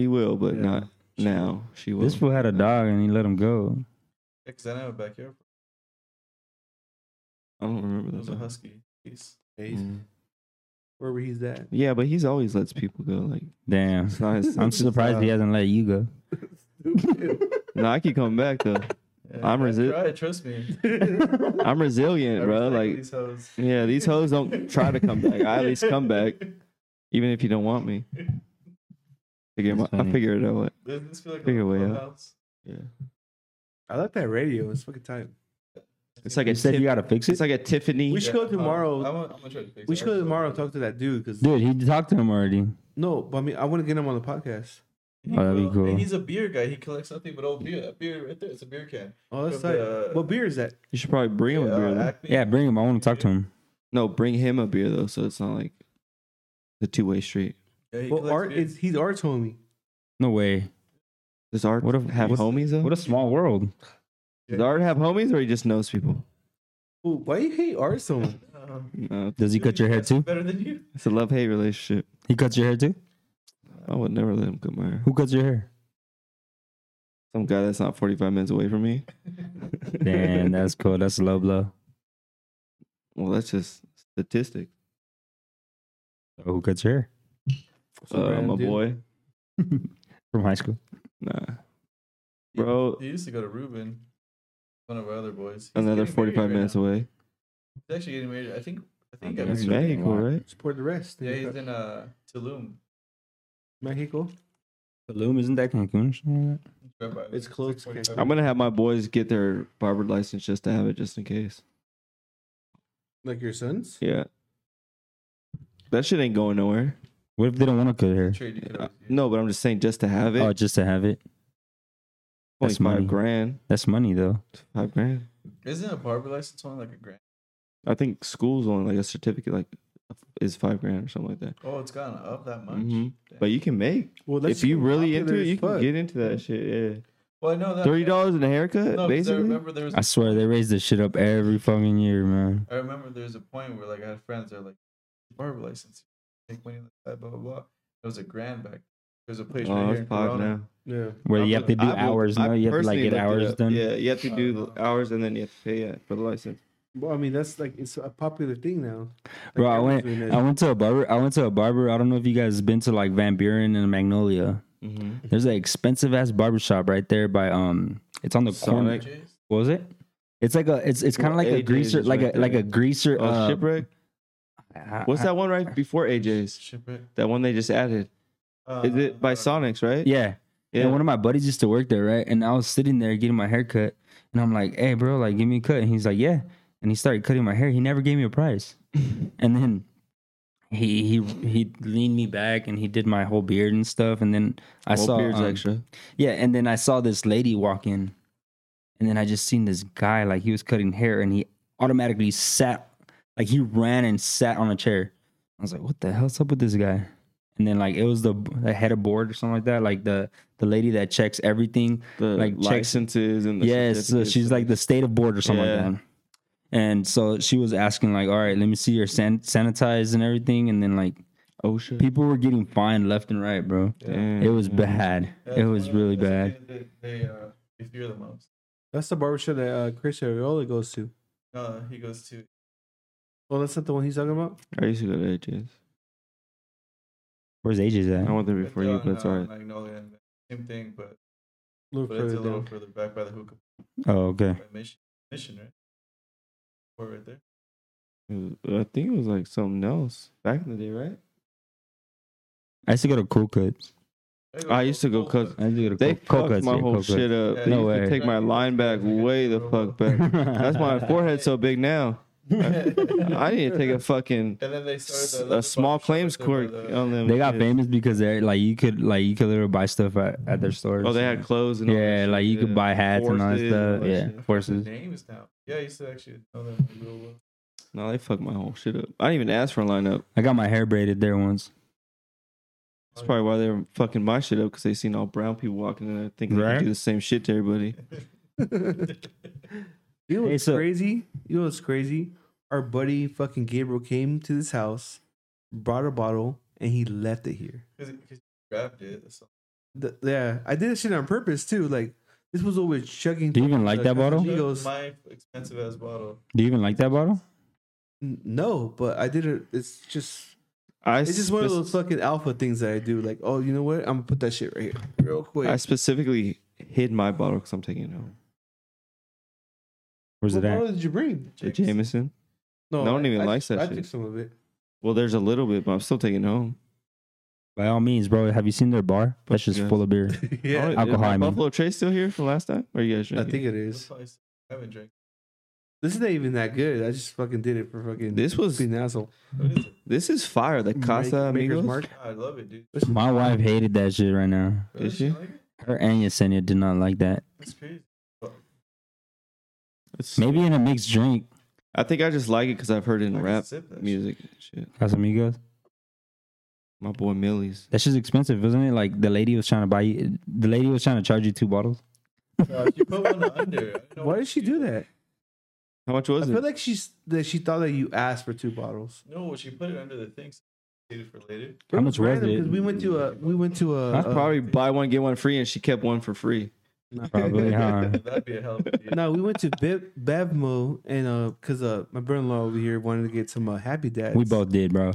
Speaker 2: He will, but
Speaker 1: Yeah.
Speaker 2: not now. She will.
Speaker 3: This fool had a dog, and he let him go.
Speaker 4: Because I didn't have a backyard.
Speaker 2: I don't
Speaker 4: It
Speaker 2: remember
Speaker 4: was
Speaker 2: that.
Speaker 4: a
Speaker 2: dog.
Speaker 4: husky. He's-
Speaker 2: Mm.
Speaker 1: Wherever he's at.
Speaker 2: Yeah, but he's always lets people go. Like
Speaker 3: Damn.
Speaker 2: it's not his.
Speaker 3: I'm surprised he hasn't let you go.
Speaker 2: no, I keep coming back though.
Speaker 4: Yeah,
Speaker 2: I'm
Speaker 4: I
Speaker 2: resi-
Speaker 4: tried, Trust me.
Speaker 2: I'm resilient,
Speaker 4: I
Speaker 2: bro.
Speaker 4: respect
Speaker 2: Like
Speaker 4: these hoes.
Speaker 2: yeah, these hoes don't try to come back. I at least come back, even if you don't want me. Figure
Speaker 3: That's
Speaker 2: my, I
Speaker 3: funny.
Speaker 2: figure it out.
Speaker 4: Doesn't this feel like
Speaker 2: Figure
Speaker 4: a
Speaker 2: way out.
Speaker 4: clubhouse?
Speaker 2: Yeah,
Speaker 1: I like that radio. It's fucking time.
Speaker 2: it's like a
Speaker 3: You said
Speaker 2: Tiff-
Speaker 3: you gotta fix
Speaker 2: it's
Speaker 3: it,
Speaker 2: like a Tiffany.
Speaker 1: We should go
Speaker 4: um,
Speaker 1: tomorrow.
Speaker 4: I'm, gonna- I'm gonna try to fix
Speaker 1: We
Speaker 4: it.
Speaker 1: should go tomorrow and talk to that dude because
Speaker 3: dude. He talked to him already.
Speaker 1: no, but I mean, I want to get him on the podcast.
Speaker 4: He
Speaker 3: Oh, that'd be
Speaker 4: will.
Speaker 3: cool.
Speaker 4: And he's a beer guy. He collects nothing but old beer. That beer right there. It's a beer can.
Speaker 1: Oh, that's
Speaker 4: From
Speaker 1: tight.
Speaker 4: the-
Speaker 1: what beer is that?
Speaker 2: You should probably bring him a
Speaker 4: Yeah, uh,
Speaker 2: beer. Though.
Speaker 4: Acme.
Speaker 3: Yeah, bring him. I want to talk to him.
Speaker 2: No, bring him a beer though, so it's not like the two way street.
Speaker 4: Yeah, he
Speaker 1: Well,
Speaker 4: collects
Speaker 1: Art
Speaker 4: beer.
Speaker 1: is he's Art's homie.
Speaker 3: No way.
Speaker 2: Does Art
Speaker 3: What a-
Speaker 2: have
Speaker 3: what's-
Speaker 2: homies though?
Speaker 3: What a small world.
Speaker 2: Does Art have homies or he just knows people?
Speaker 1: Well, why you hate Art so much?
Speaker 4: Um,
Speaker 2: No,
Speaker 3: Does he cut your hair too?
Speaker 4: Better than you.
Speaker 2: it's a love hate relationship.
Speaker 3: He cuts your hair too.
Speaker 2: I would never let him cut my hair.
Speaker 3: Who cuts your hair?
Speaker 2: Some guy that's not 45 minutes away from me.
Speaker 3: Damn, that's cool. That's a low blow.
Speaker 2: Well, that's just statistic.
Speaker 3: Oh, who cuts your hair?
Speaker 1: Some
Speaker 2: uh,
Speaker 1: random
Speaker 2: my
Speaker 1: dude.
Speaker 2: boy.
Speaker 3: From high school.
Speaker 2: Nah. Bro,
Speaker 4: He used to go to Reuben. One of our other boys. He's
Speaker 2: another
Speaker 4: getting married
Speaker 2: 45
Speaker 4: right
Speaker 2: minutes
Speaker 4: now.
Speaker 2: away.
Speaker 4: He's actually getting married. I think. I think he got
Speaker 3: Yeah,
Speaker 2: It's
Speaker 3: he's
Speaker 4: married.
Speaker 3: married.
Speaker 2: Mexico, right?
Speaker 1: Support the rest.
Speaker 4: Yeah, he's in uh, Tulum.
Speaker 1: Mexico.
Speaker 3: Tulum, isn't that Cancun? or something like that?
Speaker 4: Right by-
Speaker 1: It's close,
Speaker 4: like 45
Speaker 2: I'm going to have my boys get their barber license just to have it, just in case.
Speaker 1: Like your sons?
Speaker 2: Yeah. That shit ain't going nowhere.
Speaker 3: What if they don't want to cut hair?
Speaker 4: trade you could
Speaker 2: Uh,
Speaker 4: always use.
Speaker 2: No, but I'm just saying just to have it.
Speaker 3: Oh, just to have it. That's
Speaker 2: 25
Speaker 3: money.
Speaker 2: grand.
Speaker 3: That's money though.
Speaker 2: Five grand.
Speaker 4: Isn't a barber license only like a grand?
Speaker 2: I think school's only like a certificate, like, is five grand or something like that.
Speaker 4: Oh, it's gone up that much.
Speaker 2: Mhm.
Speaker 4: Damn.
Speaker 2: But you can make.
Speaker 1: Well,
Speaker 2: if you really into it, you can
Speaker 1: fuck.
Speaker 2: get into that shit. Yeah.
Speaker 4: well, I know that
Speaker 2: Thirty dollars in a haircut,
Speaker 4: No, 'cause I
Speaker 2: basically.
Speaker 4: remember there was.
Speaker 3: I swear they raise this shit up every fucking year, man.
Speaker 4: I remember there was a point where like I had friends that were like barber license, take money like that, blah blah blah. It was a grand back. There's a place right
Speaker 2: oh,
Speaker 4: here in
Speaker 2: it's five
Speaker 4: Corona.
Speaker 2: now.
Speaker 1: Yeah.
Speaker 3: Where you
Speaker 2: I've
Speaker 3: have to
Speaker 2: looked-
Speaker 3: do
Speaker 2: I've looked-
Speaker 3: hours. No,
Speaker 2: I've
Speaker 3: you have to like
Speaker 2: personally
Speaker 3: get
Speaker 2: looked it
Speaker 3: hours
Speaker 2: up.
Speaker 3: done.
Speaker 2: Yeah, you have to
Speaker 4: Oh,
Speaker 2: do
Speaker 4: no.
Speaker 2: the hours and then you have to pay it for the license.
Speaker 1: Well, I mean, that's like it's a popular thing now. Like,
Speaker 3: Bro, I
Speaker 1: everyone's
Speaker 3: went.
Speaker 1: doing that
Speaker 3: I
Speaker 1: shit.
Speaker 3: went to a barber. I went to a barber. I don't know if you guys been to like Van Buren and Magnolia.
Speaker 2: Mm-hmm.
Speaker 3: There's an expensive ass barber shop right there by um. It's on the corner.
Speaker 2: Sonic.
Speaker 4: Jays?
Speaker 3: What was it? It's like a. It's it's kind of
Speaker 2: Well,
Speaker 3: like a
Speaker 2: AJ's
Speaker 3: greaser.
Speaker 2: is
Speaker 3: Like
Speaker 2: right
Speaker 3: a like
Speaker 2: there.
Speaker 3: a greaser.
Speaker 2: Oh,
Speaker 3: uh,
Speaker 2: shipwreck.
Speaker 3: I-
Speaker 2: What's
Speaker 3: I-
Speaker 2: that one right before AJ's?
Speaker 4: Shipwreck.
Speaker 2: That one they just added.
Speaker 4: Uh,
Speaker 2: Is it by Sonics, right?
Speaker 3: Yeah, And one of my buddies used to work there, right? And I was sitting there getting my hair cut, and I'm like, "Hey, bro, like, give me a cut." And he's like, "Yeah." And he started cutting my hair. He never gave me a price. and then he he he leaned me back and he did my whole beard and stuff. And then I
Speaker 2: Well,
Speaker 3: saw
Speaker 2: beard's
Speaker 3: um,
Speaker 2: extra.
Speaker 3: yeah, and then I saw this lady walk in, and then I just seen this guy like he was cutting hair, and he automatically sat like he ran and sat on a chair. I was like, "What the hell's up with this guy?" And then like it was the, the head of board or something like that, like the the lady that checks everything.
Speaker 2: The
Speaker 3: like,
Speaker 2: like
Speaker 3: check-
Speaker 2: licenses and the
Speaker 3: yes, so
Speaker 2: certificates
Speaker 3: she's
Speaker 2: and-
Speaker 3: like the state of board or something
Speaker 2: Yeah.
Speaker 3: like that. And so she was asking like, "All right, let me see your san- sanitize and everything," and then like
Speaker 2: oh shit.
Speaker 3: people were getting fined left and right, bro.
Speaker 2: Damn.
Speaker 3: It was bad.
Speaker 4: That's
Speaker 3: It was
Speaker 4: one of-
Speaker 3: really
Speaker 4: that's
Speaker 3: bad.
Speaker 4: the thing that They uh, they fear the most.
Speaker 1: That's the barbershop that uh, Chris Ariola goes to.
Speaker 4: No, Uh, he goes to
Speaker 1: Well, that's not the one he's talking about.
Speaker 2: I used to go to AJ's.
Speaker 3: Where's AJ's at?
Speaker 2: I went there
Speaker 4: it's
Speaker 2: before you,
Speaker 4: on,
Speaker 2: but it's
Speaker 4: uh,
Speaker 2: alright.
Speaker 4: Magnolia and same thing, but
Speaker 1: A little
Speaker 4: but it's a
Speaker 1: further
Speaker 4: little
Speaker 1: down.
Speaker 4: further back by the hookah
Speaker 3: Oh, okay.
Speaker 4: by mission mission right. Or right there.
Speaker 2: It was- I think it was like something else back in the day, right?
Speaker 3: I used to go to Cool Cuts.
Speaker 4: go
Speaker 2: I used to go
Speaker 4: Cold
Speaker 2: cut-
Speaker 4: Cuts.
Speaker 3: I used to go to
Speaker 2: They
Speaker 3: Cool, Cool
Speaker 2: fucked
Speaker 3: Cuts.
Speaker 2: my
Speaker 3: yeah,
Speaker 2: whole
Speaker 3: Cool
Speaker 2: shit up.
Speaker 4: Yeah,
Speaker 2: they
Speaker 3: no
Speaker 2: used to
Speaker 3: way.
Speaker 2: take my line back way the fuck back.
Speaker 3: Cuts.
Speaker 2: That's why my forehead's so big now. I need to take a fucking
Speaker 4: And then they
Speaker 2: s-
Speaker 4: started the
Speaker 2: a small claims court
Speaker 4: uh,
Speaker 2: on them.
Speaker 3: They got
Speaker 2: shits.
Speaker 3: famous because they're like you could like you could literally buy stuff at, at their stores.
Speaker 2: Oh, they had clothes and all that
Speaker 3: yeah,
Speaker 2: shit,
Speaker 3: like you could
Speaker 2: yeah.
Speaker 3: buy hats and all that
Speaker 2: Horses
Speaker 3: stuff.
Speaker 2: all that
Speaker 3: yeah,
Speaker 2: shit.
Speaker 3: horses.
Speaker 4: names now. Yeah, I used to actually know them real well.
Speaker 2: No, they fucked my whole shit up. I didn't even ask for a lineup.
Speaker 3: I got my hair braided there once.
Speaker 2: That's probably why they were fucking my shit up because they seen all brown people walking in there thinking they
Speaker 3: Right.
Speaker 2: could do the same shit to everybody.
Speaker 1: You know
Speaker 3: Hey,
Speaker 1: what's
Speaker 3: so-
Speaker 1: crazy? You know what's crazy? Our buddy fucking Gabriel came to this house, brought a bottle, and he left it here.
Speaker 4: Because you grabbed it. So.
Speaker 1: Th- yeah, I did this shit on purpose too. Like this was always chugging.
Speaker 3: Do you even like
Speaker 1: Uh,
Speaker 3: that
Speaker 1: Cousin
Speaker 3: bottle?
Speaker 1: G goes,
Speaker 4: my expensive ass bottle.
Speaker 3: Do you even like that bottle?
Speaker 1: "N- no, but I didn't. It's just
Speaker 2: I
Speaker 1: it's just one of
Speaker 2: spec-
Speaker 1: those fucking alpha things that I do. Like, oh, you know what? I'm gonna put that shit right here, real quick.
Speaker 2: I specifically hid my bottle because I'm taking it home.
Speaker 3: Where's
Speaker 1: what
Speaker 3: it
Speaker 1: bottle
Speaker 3: at?
Speaker 1: did you bring?
Speaker 2: The Jameson. No one even likes that
Speaker 1: I
Speaker 2: shit.
Speaker 1: took some of it.
Speaker 2: Well, there's a little bit, but I'm still taking it home.
Speaker 3: By all means, bro. Have you seen their bar? That's just
Speaker 2: Yes.
Speaker 3: full of beer.
Speaker 2: Oh,
Speaker 1: yeah,
Speaker 2: is
Speaker 3: Alcohol,
Speaker 2: my
Speaker 3: I mean.
Speaker 2: Buffalo Trace still here from last time? Or you guys
Speaker 1: I
Speaker 2: drinking?
Speaker 1: think it
Speaker 4: That's
Speaker 1: is.
Speaker 4: why I s- I haven't drank.
Speaker 1: This is not even that good. I just fucking did it for fucking
Speaker 2: This was-
Speaker 1: being an asshole.
Speaker 4: What is it?
Speaker 2: this is fire. The Casa
Speaker 1: Make- Maker's
Speaker 2: Amigos.
Speaker 1: Mark.
Speaker 4: I love it, dude.
Speaker 1: This-
Speaker 3: My wife hated that shit right now.
Speaker 4: Really?
Speaker 2: she?
Speaker 4: You like it?
Speaker 3: Her and Yesenia did not like that.
Speaker 4: That's crazy.
Speaker 2: It's-
Speaker 3: Maybe in a mixed drink,
Speaker 2: I think I just like it because I've heard it
Speaker 4: I
Speaker 2: in
Speaker 4: could
Speaker 2: rap
Speaker 4: sip that shit.
Speaker 2: music. and Shit.
Speaker 3: Casamigos.
Speaker 2: My boy Millie's.
Speaker 3: That shit's expensive, isn't it? Like the lady was trying to buy you. The lady was trying to charge you two bottles.
Speaker 4: No, if you put one under. I don't know
Speaker 1: Why
Speaker 4: what
Speaker 1: did she do that?
Speaker 2: How much
Speaker 1: I
Speaker 2: was
Speaker 1: feel
Speaker 2: it?
Speaker 1: like she's that she thought that you asked for two bottles.
Speaker 4: No, she put it under the thing. So save it for later.
Speaker 3: How much was it?
Speaker 1: Because we went to a we went to a,
Speaker 3: Huh?
Speaker 1: a-
Speaker 2: Probably buy one get one free, and she kept one for free.
Speaker 3: Probably, huh?
Speaker 4: That'd be a hell of a deal.
Speaker 1: no, we went to Bev- Bevmo and uh, cause uh, my brother-in-law over here wanted to get some uh, Happy Dads.
Speaker 3: We both did, bro.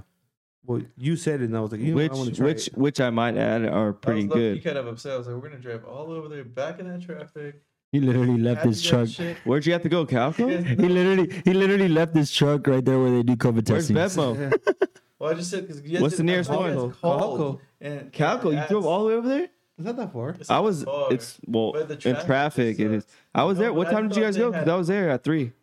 Speaker 1: Well, you said it, and I was like, you know,
Speaker 2: which
Speaker 1: what? I want to try
Speaker 2: which
Speaker 1: it.
Speaker 2: which I might add are pretty
Speaker 4: I was low-key
Speaker 2: good.
Speaker 4: kind of upset. I was like, we're gonna drive all over there, back in that traffic.
Speaker 3: He literally left
Speaker 4: after
Speaker 3: his
Speaker 4: that
Speaker 3: truck.
Speaker 4: shit.
Speaker 2: Where'd you have to go, Calco?
Speaker 3: He literally, he literally left his truck right there where they do COVID
Speaker 2: Where's
Speaker 3: testing.
Speaker 2: Bevmo?
Speaker 4: Well, I just said because
Speaker 2: What's the nearest
Speaker 4: Called,
Speaker 2: one?
Speaker 1: Calco.
Speaker 4: and
Speaker 2: Calco, you drove all the way over there?
Speaker 1: It's not that far.
Speaker 2: I was. It's well
Speaker 4: But the
Speaker 2: in
Speaker 4: traffic is,
Speaker 2: traffic. It
Speaker 4: uh,
Speaker 2: is. I was
Speaker 4: no,
Speaker 2: there. What
Speaker 4: but I
Speaker 2: time did you
Speaker 4: thought
Speaker 2: guys
Speaker 4: they
Speaker 2: go? Because
Speaker 4: had-
Speaker 2: I was there at three.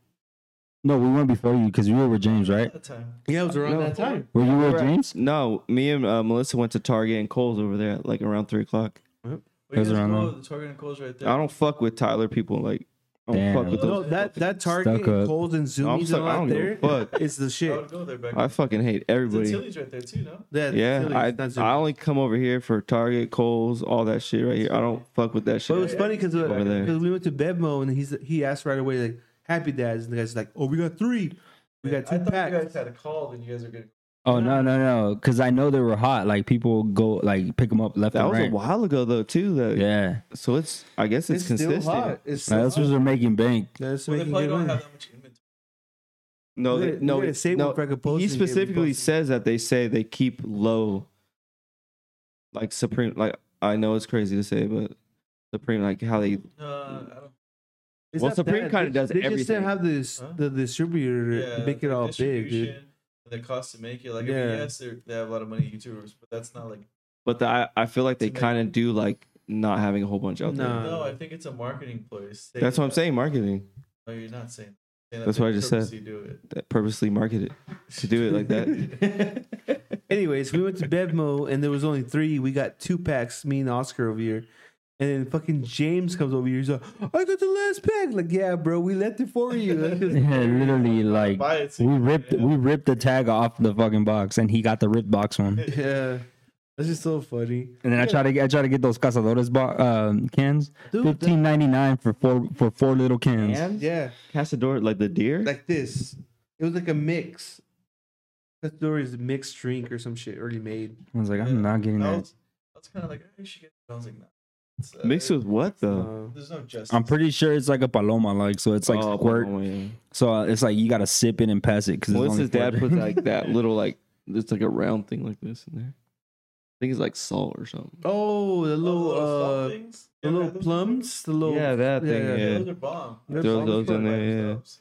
Speaker 3: No, we went before you because you were with James, right?
Speaker 4: that time.
Speaker 1: Yeah, it was around
Speaker 2: No.
Speaker 1: that time.
Speaker 3: Were you with
Speaker 2: Right.
Speaker 3: James?
Speaker 2: No, me and uh, Melissa went to Target and Cole's over there at like around three o'clock.
Speaker 4: Well, you
Speaker 3: Those
Speaker 4: guys
Speaker 3: are on
Speaker 4: go,
Speaker 3: there.
Speaker 4: the Target and Kohl's right there.
Speaker 2: I don't fuck with Tyler people. Like, I don't
Speaker 3: Damn.
Speaker 2: fuck with
Speaker 4: Oh,
Speaker 1: No,
Speaker 2: those.
Speaker 1: that that Target,
Speaker 3: Stuck up.
Speaker 1: Coles, and
Speaker 2: I'm
Speaker 1: Zoomies
Speaker 2: so,
Speaker 1: and
Speaker 2: I
Speaker 1: all
Speaker 2: don't
Speaker 1: that there,
Speaker 2: give a fuck.
Speaker 1: it's the
Speaker 4: I
Speaker 1: shit.
Speaker 4: would go there back.
Speaker 2: I fucking hate everybody.
Speaker 4: Tilly's right there too, no?
Speaker 1: That,
Speaker 2: Yeah,
Speaker 1: Phillies,
Speaker 2: I,
Speaker 1: not Zoomies.
Speaker 2: I only come over here for Target, Kohl's, all that shit right here. I don't fuck with that shit.
Speaker 1: But it was funny because
Speaker 2: Over there.
Speaker 1: we went to Bevmo and he's he asked right away like Happy Dads and the guy's like, oh, we got three, we
Speaker 4: I
Speaker 1: got two
Speaker 4: thought you
Speaker 1: packs.
Speaker 4: guys had a call, and you guys are getting.
Speaker 3: Oh no, no, no! Because I know they were hot. Like people go like pick them up left
Speaker 2: that
Speaker 3: and
Speaker 2: was a
Speaker 3: right.
Speaker 2: while ago though too. Though.
Speaker 3: yeah,
Speaker 2: So it's I guess it's, consistent.
Speaker 1: It's
Speaker 3: Like, that's what they're making bank.
Speaker 1: That's
Speaker 4: Well, they
Speaker 1: making
Speaker 4: probably
Speaker 1: good
Speaker 4: don't
Speaker 1: money.
Speaker 4: have that much inventory.
Speaker 2: No,
Speaker 1: We
Speaker 2: they,
Speaker 1: gotta-
Speaker 2: no,
Speaker 1: we gotta
Speaker 2: it-
Speaker 1: save
Speaker 2: no.
Speaker 1: one for like a post
Speaker 2: he
Speaker 1: and get
Speaker 2: specifically
Speaker 1: reposted.
Speaker 2: says that they say they keep low, like supreme. Like I know it's crazy to say, but supreme, like how they
Speaker 4: No, I don't.
Speaker 1: It's
Speaker 2: Well,
Speaker 1: not
Speaker 2: Supreme
Speaker 1: bad.
Speaker 2: kinda
Speaker 1: They-
Speaker 2: does
Speaker 1: they just didn't
Speaker 2: everything.
Speaker 1: have this
Speaker 4: Huh?
Speaker 1: the distributor to
Speaker 4: Yeah,
Speaker 1: make it
Speaker 4: the
Speaker 1: all big, dude.
Speaker 4: distribution, The cost to make it, like, I
Speaker 1: Yeah.
Speaker 4: mean, yes, they're- they have a lot of money, YouTubers, but that's not like
Speaker 2: But the, I, I feel like they
Speaker 4: To make-
Speaker 2: kind of do like not having a whole bunch out there.
Speaker 1: Nah.
Speaker 4: No, I think it's a marketing ploy. Say
Speaker 2: That's what I'm
Speaker 4: that.
Speaker 2: saying. Marketing.
Speaker 4: No, you're not saying. that. Saying that
Speaker 2: That's
Speaker 4: they
Speaker 2: what I just said.
Speaker 4: purposely Do it.
Speaker 2: That purposely marketed to do it like that.
Speaker 1: Anyways, we went to Bevmo and there was only three. We got two packs, me and Oscar over here. And then fucking James comes over here. He's like, I got the last pack. Like, yeah, bro, we left it for you.
Speaker 3: Yeah, literally, like
Speaker 4: Buy it. so
Speaker 3: we
Speaker 4: you-
Speaker 3: ripped
Speaker 4: yeah.
Speaker 3: we ripped the tag off the fucking box, and he got the ripped box one.
Speaker 1: yeah. That's just so funny.
Speaker 3: And then I try to I try to get those Cazadores bo- um, cans,
Speaker 1: Dude, that-
Speaker 3: fifteen ninety nine for four for four little cans.
Speaker 2: And
Speaker 1: Yeah.
Speaker 2: Casador, like the deer.
Speaker 1: Like this. It was like a mix. Pastori's mixed drink or some shit already made.
Speaker 3: I was like, I'm not getting
Speaker 4: I
Speaker 3: that.
Speaker 4: was, I was kind of like, I should get. I was like, nah. It's, uh,
Speaker 2: Mixed with what though?
Speaker 1: Uh,
Speaker 4: There's no justice.
Speaker 3: I'm pretty sure it's like a paloma, like so it's like
Speaker 2: Oh,
Speaker 3: squirt.
Speaker 2: oh, yeah.
Speaker 3: So uh, it's like you gotta sip it and pass it because
Speaker 2: What's his dad put like that little like it's like a round thing like this in there? I think it's like salt or something.
Speaker 1: oh, the
Speaker 4: Oh,
Speaker 1: little,
Speaker 4: soft
Speaker 1: uh,
Speaker 4: things?
Speaker 1: the
Speaker 4: Yeah,
Speaker 1: little
Speaker 4: those-
Speaker 1: plums. The little.
Speaker 2: Yeah, that thing, yeah.
Speaker 4: Those are bomb.
Speaker 1: Those
Speaker 4: Those
Speaker 1: those
Speaker 4: are
Speaker 1: in
Speaker 4: by
Speaker 2: there, yeah.
Speaker 4: themselves.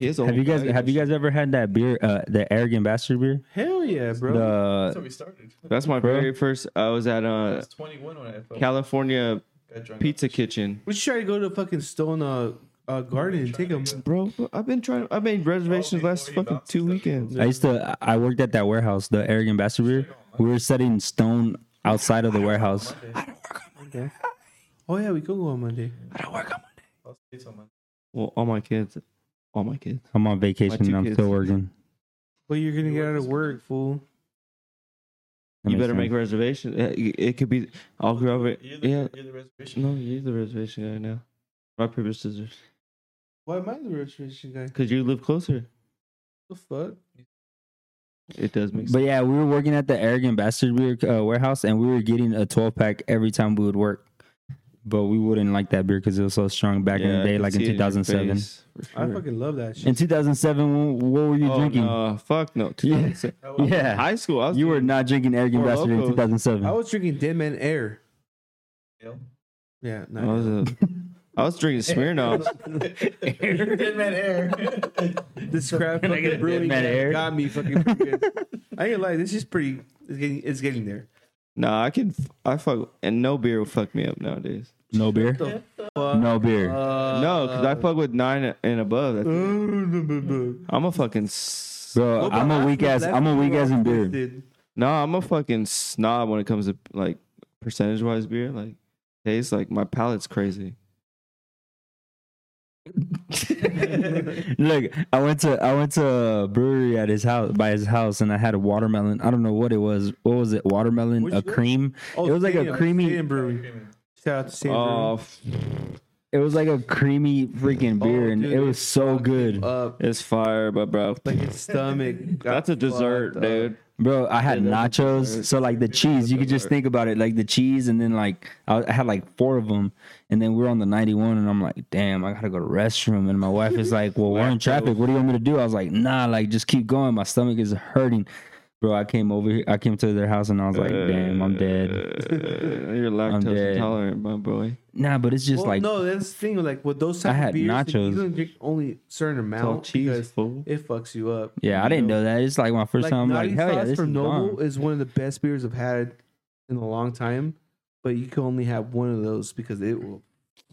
Speaker 2: He has a
Speaker 3: Have
Speaker 2: whole
Speaker 3: you guys
Speaker 2: bag of
Speaker 3: have you
Speaker 2: shit.
Speaker 3: guys ever had that beer, uh, the arrogant bastard beer?
Speaker 1: Hell yeah, bro.
Speaker 4: That's
Speaker 3: The
Speaker 4: how we started.
Speaker 2: That's my
Speaker 3: Bro.
Speaker 2: very first. I was at
Speaker 4: I
Speaker 2: uh
Speaker 4: was 21 when I felt-
Speaker 2: California
Speaker 4: got drunk.
Speaker 2: Pizza Kitchen.
Speaker 1: We should try to go to fucking Stone uh, uh, Garden and take them.
Speaker 2: Bro, I've been trying. I made reservations
Speaker 4: before
Speaker 2: last
Speaker 4: he
Speaker 2: fucking
Speaker 4: bounced
Speaker 2: two
Speaker 4: the-
Speaker 2: weekends.
Speaker 3: I used to I worked at that warehouse, the arrogant bastard beer. We were setting stone outside of the warehouse.
Speaker 4: Monday.
Speaker 1: Oh yeah, we could go on Monday.
Speaker 4: I'll stay till Monday.
Speaker 2: Well, all my kids, all my kids.
Speaker 3: I'm on vacation
Speaker 2: two
Speaker 3: and I'm
Speaker 2: kids.
Speaker 3: still working.
Speaker 1: Well, you're gonna
Speaker 4: You
Speaker 1: get
Speaker 4: work
Speaker 1: out of
Speaker 4: this
Speaker 1: work, fool.
Speaker 3: That
Speaker 2: you
Speaker 3: makes
Speaker 2: better make
Speaker 3: sense.
Speaker 2: reservations. It, it could be. I'll go over.
Speaker 4: You're the,
Speaker 2: Yeah,
Speaker 4: you're the reservation.
Speaker 2: no, you're the reservation guy now. Rock paper scissors.
Speaker 1: Why am I the reservation guy?
Speaker 2: Cause you live closer.
Speaker 1: The fuck?
Speaker 2: It does make
Speaker 3: But
Speaker 2: sense.
Speaker 3: yeah, we were working at the arrogant bastard beer uh, warehouse, and we were getting a 12 pack every time we would work. But we wouldn't like that beer because it was so strong back in
Speaker 2: Yeah,
Speaker 3: the
Speaker 2: I
Speaker 3: day,
Speaker 2: can
Speaker 3: like
Speaker 2: see
Speaker 3: in
Speaker 2: it your
Speaker 3: 2007.
Speaker 2: face, for
Speaker 1: I
Speaker 2: sure.
Speaker 1: fucking love that shit.
Speaker 3: In 2007, wh- what were you
Speaker 2: oh,
Speaker 3: drinking?
Speaker 2: No, fuck no. 2007.
Speaker 4: How about-
Speaker 3: Yeah,
Speaker 2: High school. I was
Speaker 3: you were
Speaker 2: doing-
Speaker 3: not drinking arrogant
Speaker 2: Four
Speaker 3: bastard in
Speaker 2: Locos.
Speaker 3: 2007.
Speaker 1: I was drinking Dead Man Air.
Speaker 4: Yeah.
Speaker 1: Yeah,
Speaker 2: I was,
Speaker 1: no.
Speaker 2: a, I was drinking Smirnoff.
Speaker 4: Dead man air.
Speaker 1: This crap
Speaker 3: Can I get
Speaker 1: fucking
Speaker 3: a Dead
Speaker 1: brewing
Speaker 3: Man Air?
Speaker 1: got me fucking pretty good. I ain't gonna lie, this is pretty. It's getting, it's getting there.
Speaker 2: nah, I can. I fuck. And no beer will fuck me up nowadays.
Speaker 3: no beer.
Speaker 1: The
Speaker 3: No beer.
Speaker 1: Uh,
Speaker 2: no, because I fuck with nine and above.
Speaker 1: Oh,
Speaker 3: uh,
Speaker 2: That's it. I'm a fucking. S-
Speaker 3: Bro, Uh, I'm a weak ass. I'm a weak ass in beer.
Speaker 2: No, I'm a fucking snob when it comes to like percentage wise beer. Like tastes like my palate's crazy.
Speaker 3: Look, I went to I went to a brewery at his house by his house, and I had a watermelon. I don't know what it was. What was it? Watermelon,
Speaker 1: What'd
Speaker 3: a
Speaker 1: you get?
Speaker 3: cream.
Speaker 1: Oh,
Speaker 3: it was like a
Speaker 1: Stadium-
Speaker 3: creamy. Uh,
Speaker 1: Stadium brewery. Shout out to Stadium
Speaker 2: Oh, f-
Speaker 3: It was like a creamy freaking beer, and
Speaker 1: Oh, dude,
Speaker 3: it was so
Speaker 1: Brewery.
Speaker 3: good,
Speaker 1: Up
Speaker 2: it's fire, but bro,
Speaker 1: like its stomach. got
Speaker 2: that's a dessert,
Speaker 1: fucked up.
Speaker 2: dude.
Speaker 3: bro. I had nachos, so like the cheese, you could just think about it, like the cheese, and then like I I had like four of them, and then we are on the ninety one, and I'm like, damn, I gotta go to the restroom, and my wife is like, well, we're in traffic. What do you want me to do? I was like, nah, like just keep going. My stomach is hurting, bro. I came over, here, I came to their house, and I was like, damn, I'm dead.
Speaker 2: Uh, you're lactose
Speaker 3: dead.
Speaker 2: intolerant, my boy.
Speaker 3: Nah, but it's just
Speaker 1: Well,
Speaker 3: like
Speaker 1: no, that's the thing. Like with those
Speaker 3: I
Speaker 1: type
Speaker 3: had
Speaker 1: of beers, like,
Speaker 3: nachos.
Speaker 1: you can drink only a certain
Speaker 2: It's all
Speaker 1: amount
Speaker 2: cheese,
Speaker 1: because
Speaker 2: fool.
Speaker 1: it fucks you up.
Speaker 3: yeah, I didn't know that. It's like my first
Speaker 1: Like
Speaker 3: time. I'm
Speaker 1: Naughty
Speaker 3: like, hell yeah,
Speaker 1: Sauce
Speaker 3: this is
Speaker 1: from Noble
Speaker 3: bomb.
Speaker 1: is one of the best beers I've had in a long time, but you can only have one of those because it will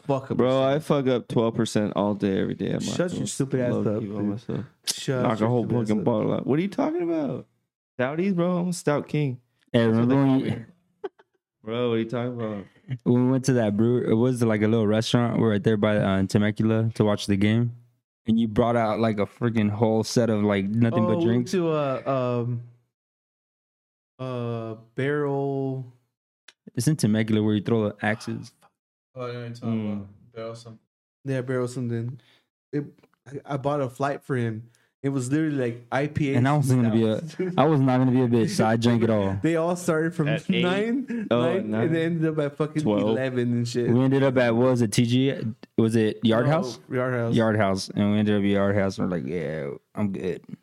Speaker 1: fuck up.
Speaker 2: Bro, I
Speaker 1: yourself.
Speaker 2: fuck up twelve percent all day, every day. I'm
Speaker 1: Shut
Speaker 2: like,
Speaker 1: your
Speaker 2: oh,
Speaker 1: stupid ass
Speaker 2: low-key
Speaker 1: up,
Speaker 2: by
Speaker 1: dude.
Speaker 2: myself.
Speaker 1: Shut
Speaker 2: Knock a
Speaker 1: your
Speaker 2: whole
Speaker 1: stupid ass
Speaker 2: fucking
Speaker 1: up.
Speaker 2: bottle out. What are you talking about? Stouties, bro. I'm a stout king.
Speaker 3: Hey, remember when you-
Speaker 2: Bro, what are you talking about?
Speaker 3: when we went to that brewer, it was like a little restaurant. We are right there by uh, Temecula to watch the game, and you brought out like a freaking whole set of like nothing
Speaker 1: oh,
Speaker 3: but drinks.
Speaker 1: We went to a um, uh, barrel.
Speaker 3: It's in Temecula where you throw the axes.
Speaker 4: Oh, I know what you're talking about. Barrel something.
Speaker 1: Yeah, barrel something. It, I, I bought a flight for him. It was literally like IPA.
Speaker 3: And I wasn't gonna be a, I was not gonna be a bitch. So I drank it all.
Speaker 1: They all started from
Speaker 2: At eight?
Speaker 1: nine,
Speaker 2: Oh,
Speaker 1: nine,
Speaker 2: at nine.
Speaker 1: and they ended up at fucking
Speaker 2: Twelve.
Speaker 1: eleven and shit.
Speaker 3: We ended up at what was it TG? Was it Yard
Speaker 1: No,
Speaker 3: House?
Speaker 1: Yard house.
Speaker 3: Yard House, and we ended up at Yard House, and we're like, yeah, I'm good.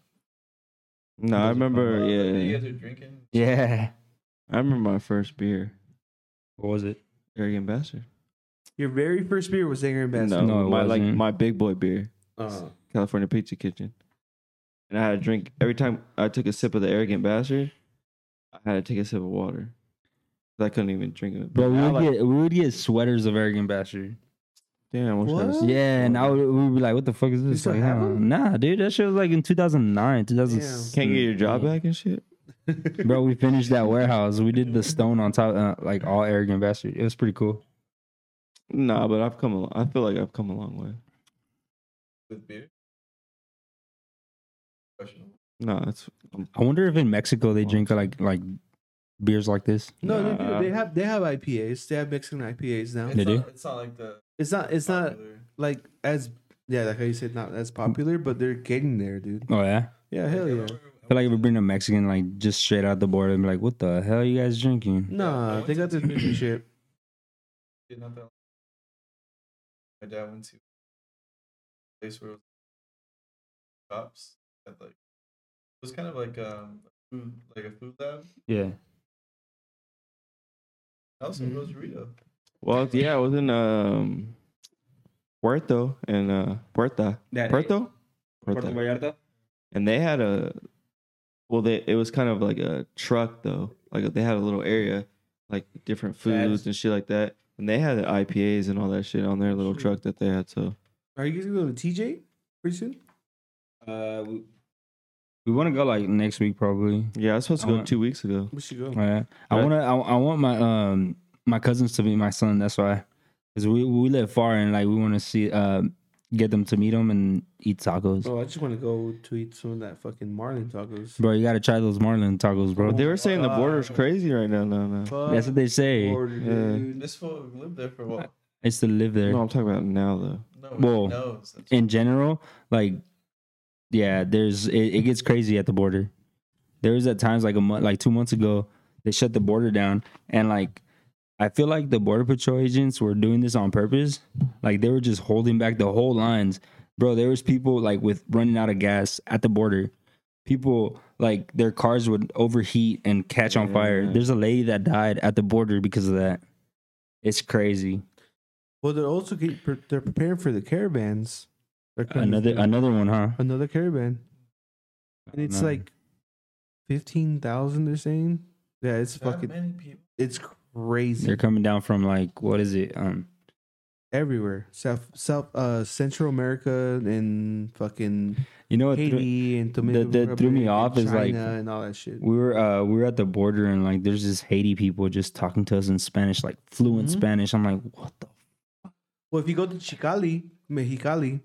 Speaker 2: No, I remember.
Speaker 4: Oh,
Speaker 2: Yeah,
Speaker 4: You guys are drinking.
Speaker 3: Yeah.
Speaker 2: I remember my first beer,
Speaker 3: What was it?
Speaker 2: Arrogant Bastard.
Speaker 1: Your very first beer was Anger and Bastard.
Speaker 2: No,
Speaker 3: No, it
Speaker 2: my like
Speaker 3: wasn't.
Speaker 2: my big boy beer,
Speaker 1: Uh,
Speaker 2: California Pizza Kitchen, and I had a drink every time I took a sip of the Arrogant Bastard. I had to take a sip of water. I couldn't even drink it.
Speaker 3: But we
Speaker 2: now,
Speaker 3: would
Speaker 2: like,
Speaker 3: get we would get sweaters of Arrogant Bastard.
Speaker 2: damn, I wish that was-
Speaker 1: What?
Speaker 3: Yeah, and I would, we would be like, "What the fuck is this?"
Speaker 1: still
Speaker 3: Like,
Speaker 1: have
Speaker 3: huh?
Speaker 1: 'em?
Speaker 3: Nah, dude, that shit was like in 2009, 2000.
Speaker 2: Can't get your job back and shit.
Speaker 3: bro. We finished that warehouse. We did the stone on top, uh, like all Arrogant Bastard. It was pretty cool.
Speaker 2: Nah, but I've come. A, I feel like I've come a long way.
Speaker 4: with beer. Questionable.
Speaker 2: No, that's
Speaker 3: I wonder if in Mexico they drink like like beers like this.
Speaker 1: No, they,
Speaker 2: Nah.
Speaker 1: do. they have they have IPAs. They have Mexican IPAs now.
Speaker 4: It's
Speaker 3: They do?
Speaker 4: not, It's not like the
Speaker 1: It's not it's not
Speaker 4: popular.
Speaker 1: like as yeah, like how you said, not as popular, but they're getting there, dude.
Speaker 3: Oh yeah.
Speaker 1: Yeah, hell yeah.
Speaker 3: I feel like if we bring a Mexican like just straight out the border and be like, "What the hell you guys drinking?"
Speaker 1: Nah, they got this bitchy shit.
Speaker 4: Yeah, not that long. My dad went to a place where it was shops and like it was kind of like um a food like a food lab.
Speaker 3: Yeah,
Speaker 4: I was in Rosarito.
Speaker 2: well, yeah. I was in um, Puerto and uh, Puerta,
Speaker 3: that
Speaker 2: Puerto, Puerto,
Speaker 3: Vallarta.
Speaker 2: and they had a well they it was kind of like a truck though like they had a little area like different foods
Speaker 3: That's-
Speaker 2: and shit like that and they had the ipas and all that shit on their little truck that they had so
Speaker 1: Are you guys going to TJ pretty soon?
Speaker 3: Uh, we, we want to go like next week probably.
Speaker 2: yeah i was supposed to
Speaker 3: I
Speaker 2: go
Speaker 1: Uh-huh.
Speaker 3: want-
Speaker 2: two weeks ago
Speaker 1: We should go.
Speaker 3: Oh, Yeah, I
Speaker 2: Right.
Speaker 3: want to. I, I want my um my cousins to be my son. That's why, because we we live far and like we want to see uh get them to meet him and eat tacos.
Speaker 1: Oh, I just want to go to eat some of that fucking marlin tacos.
Speaker 3: Bro, you gotta try those Marlin tacos, bro.
Speaker 2: but they were saying the border's
Speaker 1: Wow.
Speaker 2: crazy right now no no
Speaker 3: That's what they say.
Speaker 1: Order,
Speaker 2: Yeah.
Speaker 1: dude.
Speaker 4: This fool lived there for a while.
Speaker 3: I used to live there.
Speaker 2: no i'm talking about now though
Speaker 4: No,
Speaker 3: Whoa.
Speaker 4: he knows. That's-
Speaker 3: in general, like, yeah, there's it, it gets crazy at the border. There was at times like a month, like two months ago, they shut the border down, and like, I feel like the border patrol agents were doing this on purpose. Like they were just holding back the whole lines, bro. There was people like with running out of gas at the border. People like their cars would overheat and catch on fire.
Speaker 2: Yeah.
Speaker 3: There's a lady that died at the border because of that. It's crazy.
Speaker 1: Well, they're also getting pre- they're preparing for the caravans. They're coming
Speaker 3: Another
Speaker 1: through.
Speaker 3: another one, huh?
Speaker 1: another caravan, and it's
Speaker 3: No.
Speaker 1: like fifteen thousand. They're saying, yeah, it's
Speaker 4: that
Speaker 1: fucking,
Speaker 4: many people.
Speaker 1: it's crazy.
Speaker 3: They're coming down from like what is it? Um,
Speaker 1: everywhere. South, South, uh, Central America, and fucking
Speaker 3: you know what? Oh, threw-
Speaker 1: Haiti, and Dominican
Speaker 3: that threw me
Speaker 1: Republic,
Speaker 3: off
Speaker 1: and
Speaker 3: is, like-
Speaker 1: China and all that shit.
Speaker 3: we were uh we were at the border and like there's this Haiti people just talking to us in Spanish, like fluent
Speaker 1: Mhm.
Speaker 3: Spanish. I'm like, what the?
Speaker 1: Well, if you go to Chicali, Mexicali,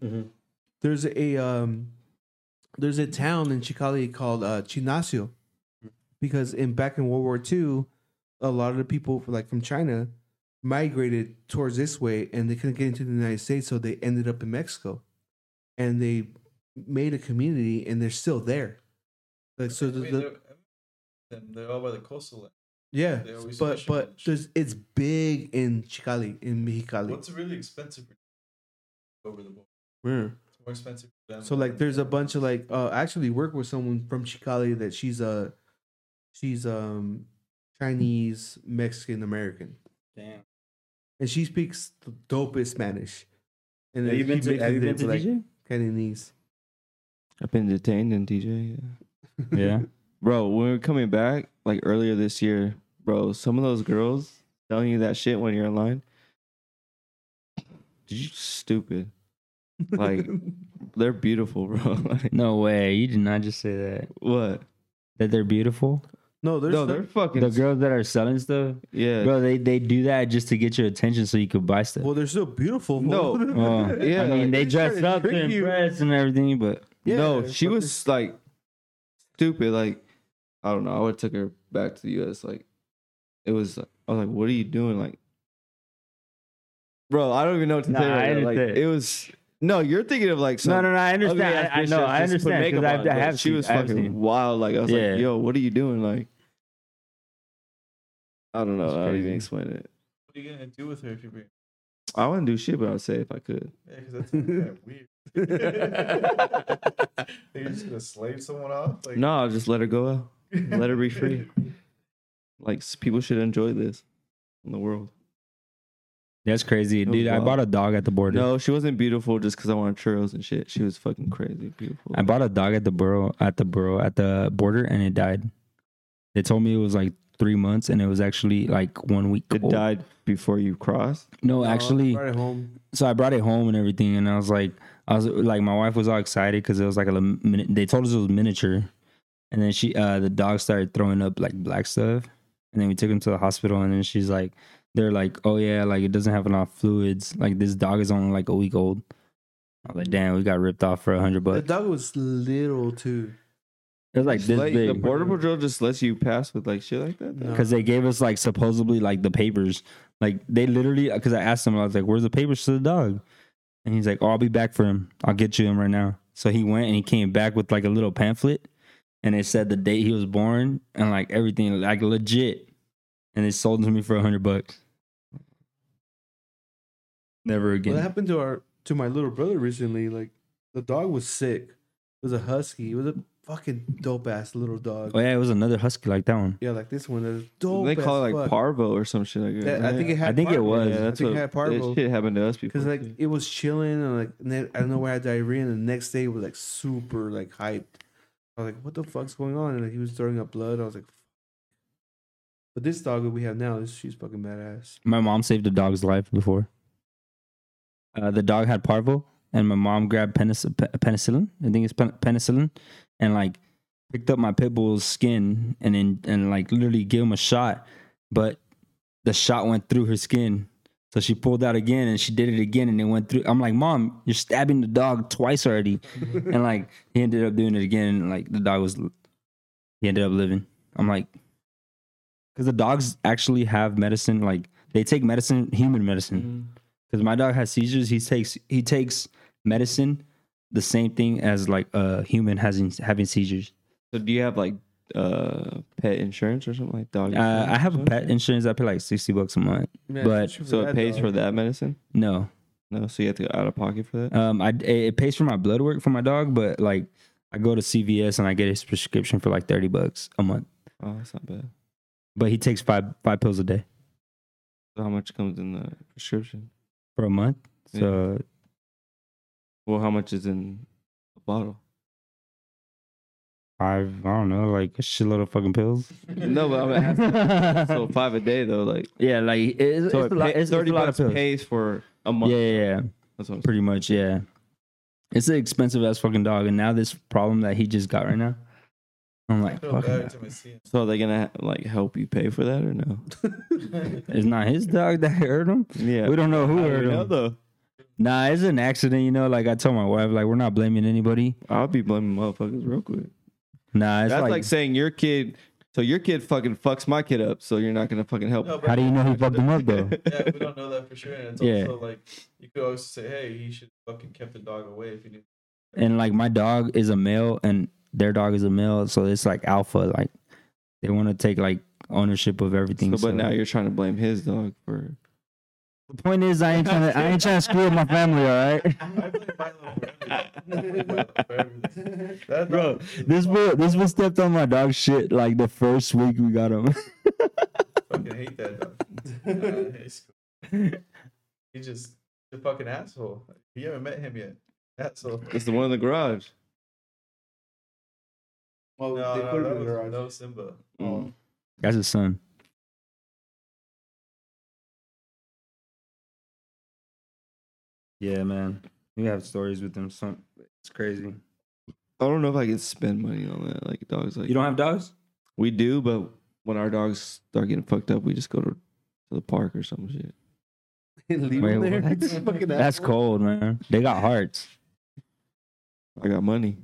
Speaker 1: there's a um, there's a town in Chicali called uh, Chinacio, because in back in World War II, a lot of the people like from China migrated towards this way, and they couldn't get into the United States, so they ended up in Mexico, and they made a community, and they're still there. Like so, the,
Speaker 4: Wait,
Speaker 1: the-
Speaker 4: they're, and they're all by the coastal line.
Speaker 1: yeah,
Speaker 4: they always
Speaker 1: but
Speaker 4: fish and
Speaker 1: but
Speaker 4: shit.
Speaker 1: there's, it's big in Chicali in Mexicali.
Speaker 4: What's really expensive over the border?
Speaker 1: Yeah.
Speaker 4: It's more expensive for them
Speaker 1: So
Speaker 4: than
Speaker 1: like, there's a
Speaker 4: the-
Speaker 1: bunch of like. Uh, I actually work with someone from Chicali that she's uh, she's um Chinese Mexican American,
Speaker 3: Damn.
Speaker 1: and she speaks the dopest Spanish. And then she mixes it with, like, Cantonese.
Speaker 2: i've been detained in dj yeah.
Speaker 3: Yeah.
Speaker 2: bro when we were coming back like earlier this year bro some of those girls telling you that shit when you're in line stupid like they're beautiful bro like
Speaker 3: no way. You did not just say that.
Speaker 2: what
Speaker 3: That they're beautiful.
Speaker 1: No, there's
Speaker 2: no, they're
Speaker 1: some,
Speaker 2: fucking
Speaker 3: The girls that are selling stuff,
Speaker 2: yeah,
Speaker 3: bro, they they do that just to get your attention so you could buy stuff.
Speaker 1: well, they're still beautiful.
Speaker 2: No.
Speaker 3: Oh,
Speaker 2: yeah.
Speaker 3: I mean, they
Speaker 1: They try
Speaker 3: dress
Speaker 1: to
Speaker 3: up to
Speaker 1: trick you.
Speaker 3: impress and everything, but
Speaker 2: no,
Speaker 1: Yeah,
Speaker 2: she
Speaker 1: but
Speaker 2: was like stupid. Like I don't know. I would have took her back to the U.S. Like it was. I was like, what are you doing? Like, bro, I don't even know what to
Speaker 3: Nah,
Speaker 2: say. Right
Speaker 3: I
Speaker 2: now. Like
Speaker 3: understand.
Speaker 2: it was. No, you're thinking of like some.
Speaker 3: no, no, no. I understand.
Speaker 2: ugly-ass
Speaker 3: I, I
Speaker 2: bitch
Speaker 3: know.
Speaker 2: that
Speaker 3: I
Speaker 2: just put
Speaker 3: understand because
Speaker 2: makeup on,
Speaker 3: I, I
Speaker 2: but
Speaker 3: have.
Speaker 2: She
Speaker 3: seen-
Speaker 2: was
Speaker 3: I have
Speaker 2: fucking
Speaker 3: seen.
Speaker 2: wild. Like I was
Speaker 3: Yeah.
Speaker 2: like, yo, what are you doing? Like. I don't know.
Speaker 3: That's
Speaker 2: I don't even
Speaker 3: crazy.
Speaker 2: explain it.
Speaker 4: What are you gonna do with her if you bring?
Speaker 2: I wouldn't do shit, but I would say if I could.
Speaker 4: Yeah, because that's kind of weird. They're just gonna slave someone off. Like,
Speaker 2: No, I'll just let her go out. Let her be free. Like s- people should enjoy this in the world.
Speaker 3: That's crazy,
Speaker 2: was
Speaker 3: dude. I
Speaker 2: wild.
Speaker 3: bought a dog at the border.
Speaker 2: No, she wasn't beautiful just because I wanted churros and shit. She was fucking crazy beautiful.
Speaker 3: I bought a dog at the borough at the borough at the border and it died. They told me it was like three months, and it was actually like one week
Speaker 2: It
Speaker 3: old.
Speaker 2: died Oh, before you crossed.
Speaker 3: No, actually,
Speaker 1: right home.
Speaker 3: so I brought it home and everything, and I was like, I was like, my wife was all excited because it was like a lim- mini- they told us it was miniature, and then she, uh, the dog started throwing up like black stuff, and then we took him to the hospital, and then she's like, they're like, oh yeah, like it doesn't have enough fluids, like this dog is only like a week old. I was like, damn, we got ripped off for a hundred
Speaker 1: the
Speaker 3: bucks.
Speaker 1: dog was little too.
Speaker 3: It was like
Speaker 2: Just
Speaker 3: this
Speaker 2: let- The
Speaker 3: big.
Speaker 2: border patrol just lets you pass with like shit like that. though?
Speaker 1: No.
Speaker 3: because they gave us like supposedly like the papers. Like they literally, because I asked him, I was like, "Where's the papers to the dog?" And he's like, "Oh, I'll be back for him. I'll get you him right now." So he went and he came back with like a little pamphlet, and it said the date he was born and like everything, like legit. And they sold it to me for a hundred bucks. Never
Speaker 1: Well,
Speaker 3: again.
Speaker 1: that happened to our to my little brother recently. Like the dog was sick. It was a husky. It was a fucking dope ass little dog.
Speaker 3: oh yeah, it was another husky like that one.
Speaker 1: Yeah, like this one. It was dope.
Speaker 2: They call it
Speaker 1: as
Speaker 2: like
Speaker 1: fuck.
Speaker 2: parvo or some shit like that.
Speaker 1: That- I think it had.
Speaker 3: I think it
Speaker 1: parvo.
Speaker 3: was.
Speaker 2: Yeah,
Speaker 1: I
Speaker 2: that's
Speaker 1: think
Speaker 2: what
Speaker 1: it had parvo.
Speaker 2: that shit happened to us before.
Speaker 1: Cause like it was chilling and like and then, I don't know why I had diarrhea and the next day it was like super like hyped. I was like, what the fuck's going on? And like, he was throwing up blood. I was like, "Fuck." but this dog that we have now, this she's fucking badass.
Speaker 3: My mom saved a dog's life before. Uh, the dog had parvo, and my mom grabbed penic- pe- penicillin. I think it's pen- penicillin, and like picked up my pit bull's skin and then and like literally gave him a shot, but the shot went through her skin. So she pulled out again and she did it again and it went through. I'm like, Mom, you're stabbing the dog twice already. and like he ended up doing it again. And like the dog was, he ended up living. I'm like, because the dogs actually have medicine. Like they take medicine, human medicine. Because my dog has seizures, he takes he takes medicine, the same thing as like a human having having seizures.
Speaker 2: so do you have like uh pet insurance or something like dog?
Speaker 3: Uh,
Speaker 2: insurance
Speaker 3: I
Speaker 2: or
Speaker 3: have a
Speaker 2: something?
Speaker 3: pet insurance. I pay like sixty bucks a month.
Speaker 1: Man,
Speaker 3: But-
Speaker 1: especially for
Speaker 2: So it
Speaker 1: that
Speaker 2: pays
Speaker 1: dog.
Speaker 2: for that medicine.
Speaker 3: No,
Speaker 2: No, so you have to go out of pocket for that.
Speaker 3: um, I it, it pays for my blood work for my dog, but like I go to CVS and I get his prescription for like thirty bucks a month.
Speaker 2: Oh, that's not bad.
Speaker 3: But he takes five five pills a day
Speaker 2: So how much comes in the prescription?
Speaker 3: for a month.
Speaker 2: Yeah.
Speaker 3: So
Speaker 2: Well, how much is in a bottle?
Speaker 3: five, I don't know, like a shitload of fucking pills.
Speaker 2: no, but I'm asking. So five a day though, like
Speaker 3: yeah, like it- it's,
Speaker 2: so
Speaker 3: it's
Speaker 2: it
Speaker 3: a lot,
Speaker 2: pay-
Speaker 3: it's, it's
Speaker 2: thirty
Speaker 3: a lot
Speaker 2: bucks
Speaker 3: of pills.
Speaker 2: pays for a
Speaker 3: yeah,
Speaker 2: month.
Speaker 3: yeah, yeah.
Speaker 2: That's what I'm saying.
Speaker 3: pretty much, yeah. It's an expensive ass fucking dog, and now this problem that he just got right now, I'm like,
Speaker 4: Throw
Speaker 3: fuck,
Speaker 4: back
Speaker 3: it.
Speaker 4: to my scene.
Speaker 2: So are they gonna like help you pay for that or no?
Speaker 3: it's not his dog that hurt him.
Speaker 2: Yeah,
Speaker 3: We don't know who
Speaker 2: I
Speaker 3: hurt
Speaker 2: don't know,
Speaker 3: him.
Speaker 2: though.
Speaker 3: Nah, it's an accident, you know. Like I told my wife, like we're not blaming anybody.
Speaker 2: I'll be blaming motherfuckers real quick.
Speaker 3: Nah, it's
Speaker 2: That's like,
Speaker 3: like,
Speaker 2: saying your kid. So your kid fucking fucks my kid up. So you're not gonna fucking help.
Speaker 4: No, but
Speaker 3: how do you know he fucked him up though?
Speaker 4: Yeah, we don't know that for sure. And it's
Speaker 3: Yeah.
Speaker 4: also like you could always say, hey, he should fucking kept the dog away if he knew.
Speaker 3: and like my dog is a male and their dog is a male, so it's like alpha. Like they want to take like ownership of everything.
Speaker 2: So, but
Speaker 3: so-
Speaker 2: now you're trying to blame his dog for.
Speaker 3: The point is, I ain't trying to, I ain't trying to screw up my family. All right.
Speaker 4: I blame Milo for everything. I blame Milo for everything. That
Speaker 3: Bro,
Speaker 4: dog
Speaker 3: this boy, this boy stepped on my dog shit like the first week we got him.
Speaker 4: fucking hate that dog. Uh, he's- he just the fucking asshole. You haven't met him yet. Asshole.
Speaker 2: It's the one in the garage.
Speaker 1: Well,
Speaker 4: No,
Speaker 1: they put
Speaker 4: no,
Speaker 1: him
Speaker 4: that
Speaker 1: in the
Speaker 4: was
Speaker 1: garage.
Speaker 4: no Simba.
Speaker 2: Mm.
Speaker 3: That's his son. Yeah, man. We have stories with them. Some it's crazy.
Speaker 2: I don't know if I can spend money on that. Like dogs, like
Speaker 3: You don't have dogs?
Speaker 2: we do, but when our dogs start getting fucked up, we just go to, to the park or some shit.
Speaker 1: Leave
Speaker 3: Wait,
Speaker 1: him there.
Speaker 3: what?
Speaker 1: Fucking
Speaker 3: That's
Speaker 1: asshole.
Speaker 3: cold, man. They got hearts.
Speaker 2: I got money.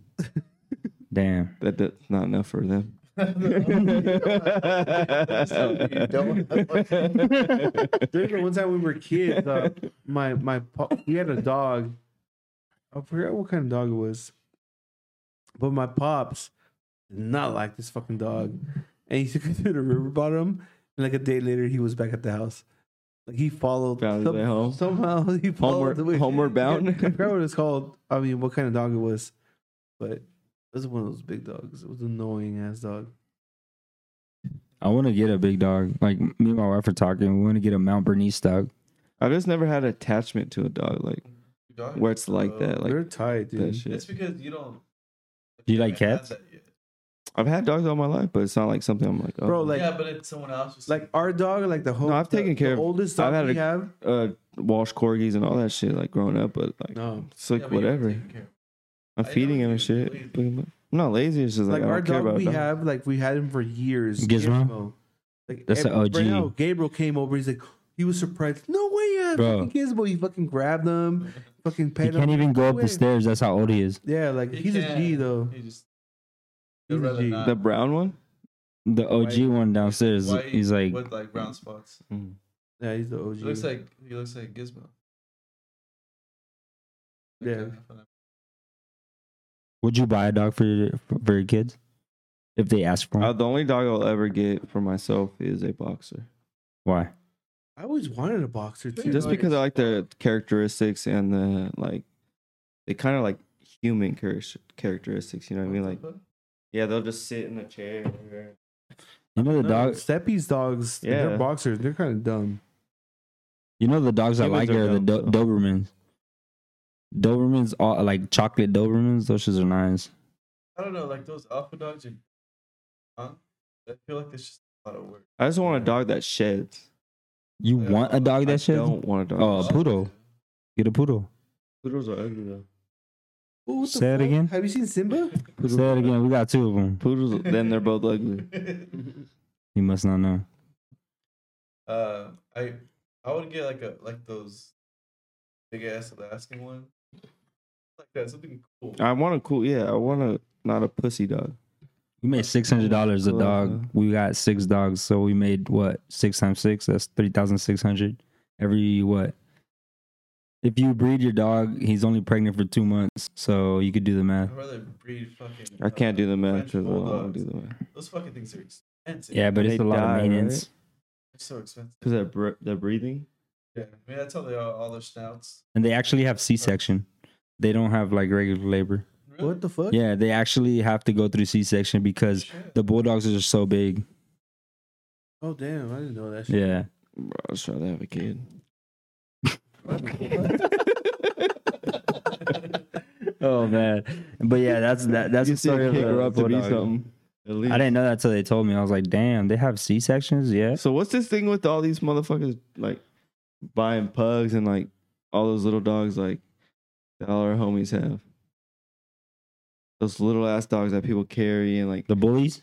Speaker 3: Damn.
Speaker 2: That that's not enough for them.
Speaker 1: There's the one time we were kids. Uh, my my pa- we had a dog. I forgot what kind of dog it was, but my pops did not like this fucking dog, and he took it to the river bottom. And like a day later, he was back at the house. Like he followed
Speaker 2: Found his
Speaker 1: some-
Speaker 2: way home.
Speaker 1: somehow. He followed
Speaker 2: Homeward,
Speaker 1: the way.
Speaker 2: homeward
Speaker 1: I
Speaker 2: bound.
Speaker 1: forgot what it's called. I mean, what kind of dog it was, but it was one of those big dogs. It was an annoying ass dog.
Speaker 3: I want to get a big dog. Like me and my wife are talking. We want to get a Mount Bernese dog.
Speaker 2: I've just never had attachment to a dog like
Speaker 4: Dog.
Speaker 2: where it's like that, like
Speaker 1: They're tight,
Speaker 2: that
Speaker 1: dude.
Speaker 2: shit.
Speaker 4: It's because you don't.
Speaker 3: Do you like
Speaker 4: haven't had
Speaker 3: cats?
Speaker 4: that yet.
Speaker 2: I've had dogs all my life, but it's not like something I'm like, oh,
Speaker 1: Bro, like-
Speaker 4: yeah, but it's someone else's.
Speaker 1: Like our dog, like the whole.
Speaker 2: I've
Speaker 1: the-
Speaker 2: taken care
Speaker 1: the
Speaker 2: of-
Speaker 1: oldest
Speaker 2: I've
Speaker 1: dog
Speaker 2: had
Speaker 1: we
Speaker 2: a-
Speaker 1: have.
Speaker 2: uh, Walsh corgis and all that shit, like growing up. But like,
Speaker 1: No,
Speaker 2: it's like
Speaker 4: Yeah, but you don't
Speaker 2: whatever.
Speaker 4: take care of it.
Speaker 2: I'm
Speaker 4: I
Speaker 2: feeding
Speaker 4: don't
Speaker 2: him and
Speaker 4: do it,
Speaker 2: shit. I'm not lazy. It's just like,
Speaker 1: like
Speaker 2: I don't
Speaker 1: our
Speaker 2: care
Speaker 1: dog
Speaker 2: about
Speaker 1: we
Speaker 2: dogs.
Speaker 1: have, like we had him for years.
Speaker 3: Gizmo?
Speaker 1: Like,
Speaker 3: That's
Speaker 1: ev-
Speaker 3: a OG.
Speaker 1: Right now, Gabriel came over. He's like, he was surprised. No way, yeah,
Speaker 3: Bro.
Speaker 1: fucking Gizmo. He fucking grabbed him, fucking
Speaker 3: He
Speaker 1: pet him.
Speaker 3: can't even go up
Speaker 1: Wait.
Speaker 3: the stairs. That's how old he is.
Speaker 1: Yeah, like
Speaker 4: He
Speaker 1: he's a G
Speaker 4: can.
Speaker 1: though.
Speaker 4: He just.
Speaker 1: He's
Speaker 4: He'd
Speaker 1: a
Speaker 4: rather
Speaker 1: G.
Speaker 4: not.
Speaker 2: the brown one.
Speaker 3: The OG
Speaker 4: White-
Speaker 3: one downstairs.
Speaker 4: white
Speaker 3: He's like,
Speaker 4: with like brown spots.
Speaker 3: Mm-hmm.
Speaker 1: Yeah, he's the OG.
Speaker 4: He looks like he looks like Gizmo.
Speaker 1: Yeah.
Speaker 3: would you buy a dog for your for your kids if they ask for one?
Speaker 2: Uh, the only dog I'll ever get for myself is a boxer,
Speaker 3: Why?
Speaker 1: I always wanted a boxer too.
Speaker 4: Dude,
Speaker 2: just
Speaker 4: like-
Speaker 2: because I like the characteristics and the like. They kind of like human char- characteristics. You know what I mean? Like, yeah, they'll just sit in a chair.
Speaker 3: You know the
Speaker 1: No,
Speaker 3: dog.
Speaker 1: Steppy's dogs.
Speaker 2: Yeah.
Speaker 1: they're boxers. They're kind of dumb.
Speaker 3: You know the dogs I
Speaker 2: Humans
Speaker 3: like
Speaker 2: are
Speaker 3: are the
Speaker 2: dumb,
Speaker 3: Do-
Speaker 2: though.
Speaker 3: Dobermans. Dobermans, all like chocolate Dobermans. Those shits are nice.
Speaker 4: I don't know, like those alpha dogs are. Huh? I feel like it's just a lot of work.
Speaker 2: I just want a dog that sheds.
Speaker 3: You
Speaker 4: Yeah,
Speaker 3: want a dog
Speaker 2: I
Speaker 3: that sheds?
Speaker 2: don't want a dog.
Speaker 3: Oh,
Speaker 2: that
Speaker 3: a
Speaker 2: sheds.
Speaker 3: poodle. Get a poodle.
Speaker 2: Poodles are ugly though.
Speaker 1: Oh, what the
Speaker 3: Say it
Speaker 1: fuck?
Speaker 3: again?
Speaker 1: Have you seen Simba?
Speaker 3: Say that again. We got two of them.
Speaker 2: Poodles, then they're both ugly.
Speaker 3: You must not know.
Speaker 4: uh, I I would get like a like those big ass Alaskan one, like that something cool.
Speaker 2: I want a cool, yeah, I want a not a pussy dog.
Speaker 3: We made six hundred dollars a
Speaker 2: Uh,
Speaker 3: dog. We got six dogs, so we made what six times six? That's three thousand six hundred every what? If you breed your dog, he's only pregnant for two months, so you could do the math.
Speaker 4: I'd rather breed fucking. uh,
Speaker 2: I can't do the math
Speaker 4: French
Speaker 2: because I don't want
Speaker 4: bulldogs.
Speaker 2: to do the math.
Speaker 4: Those fucking things are expensive.
Speaker 3: Yeah, but
Speaker 2: And
Speaker 3: it's
Speaker 2: they
Speaker 3: a lot
Speaker 2: die,
Speaker 3: of maintenance.
Speaker 4: They're so expensive.
Speaker 2: Because they're, br- they're breathing.
Speaker 4: Yeah, I mean that's how they are. All their snouts.
Speaker 3: And they actually have C section. They don't have like regular labor.
Speaker 4: Really?
Speaker 1: What the fuck?
Speaker 3: Yeah, they actually have to go through C section because
Speaker 4: Shit.
Speaker 3: the bulldogs are so big.
Speaker 1: Oh damn, I didn't know that. Shit.
Speaker 3: Yeah.
Speaker 2: Bro, I was trying to have a kid.
Speaker 3: Oh man. But yeah, that's that that's
Speaker 2: you
Speaker 3: the
Speaker 2: see a
Speaker 3: story of
Speaker 2: kid
Speaker 3: the
Speaker 2: grow up to be
Speaker 3: bulldog.
Speaker 2: something. At least.
Speaker 3: I didn't know that till they told me. I was like, damn, they have C sections? Yeah.
Speaker 2: So what's this thing with all these motherfuckers like buying pugs and like all those little dogs like that all our homies have? Those little ass dogs that people carry and like
Speaker 3: The bullies?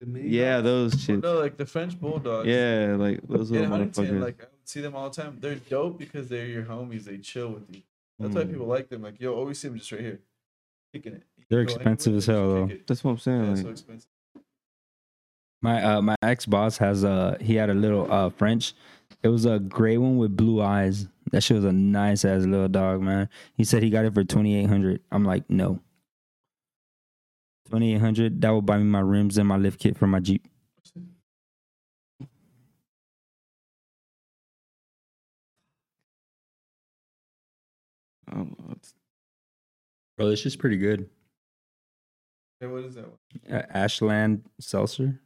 Speaker 1: To me,
Speaker 2: yeah, those
Speaker 4: Well,
Speaker 2: shit.
Speaker 4: no, like the French bulldogs.
Speaker 2: Yeah, like those
Speaker 4: in
Speaker 2: little
Speaker 4: Huntington,
Speaker 2: motherfuckers.
Speaker 4: like I would see them all the time. They're dope because they're your homies. They chill with you. That's why
Speaker 2: Mm.
Speaker 4: people like them. Like yo, always see them just right here, kicking it. You
Speaker 3: They're
Speaker 4: go anywhere,
Speaker 3: expensive
Speaker 4: they
Speaker 3: as hell,
Speaker 4: just
Speaker 3: though.
Speaker 4: kick it.
Speaker 2: That's what I'm
Speaker 4: Yeah,
Speaker 2: saying.
Speaker 4: it's so
Speaker 2: like,
Speaker 4: expensive.
Speaker 3: My uh my ex boss has a he had a little uh French. It was a gray one with blue eyes. That shit was a nice ass little dog, man. He said he got it for twenty eight hundred. I'm like, no. Twenty eight hundred. That would buy me my rims and my lift kit for my Jeep.
Speaker 2: I don't know, it's-
Speaker 3: Bro, this shit's pretty good.
Speaker 4: Yeah, what is that one?
Speaker 3: Uh, Ashland seltzer,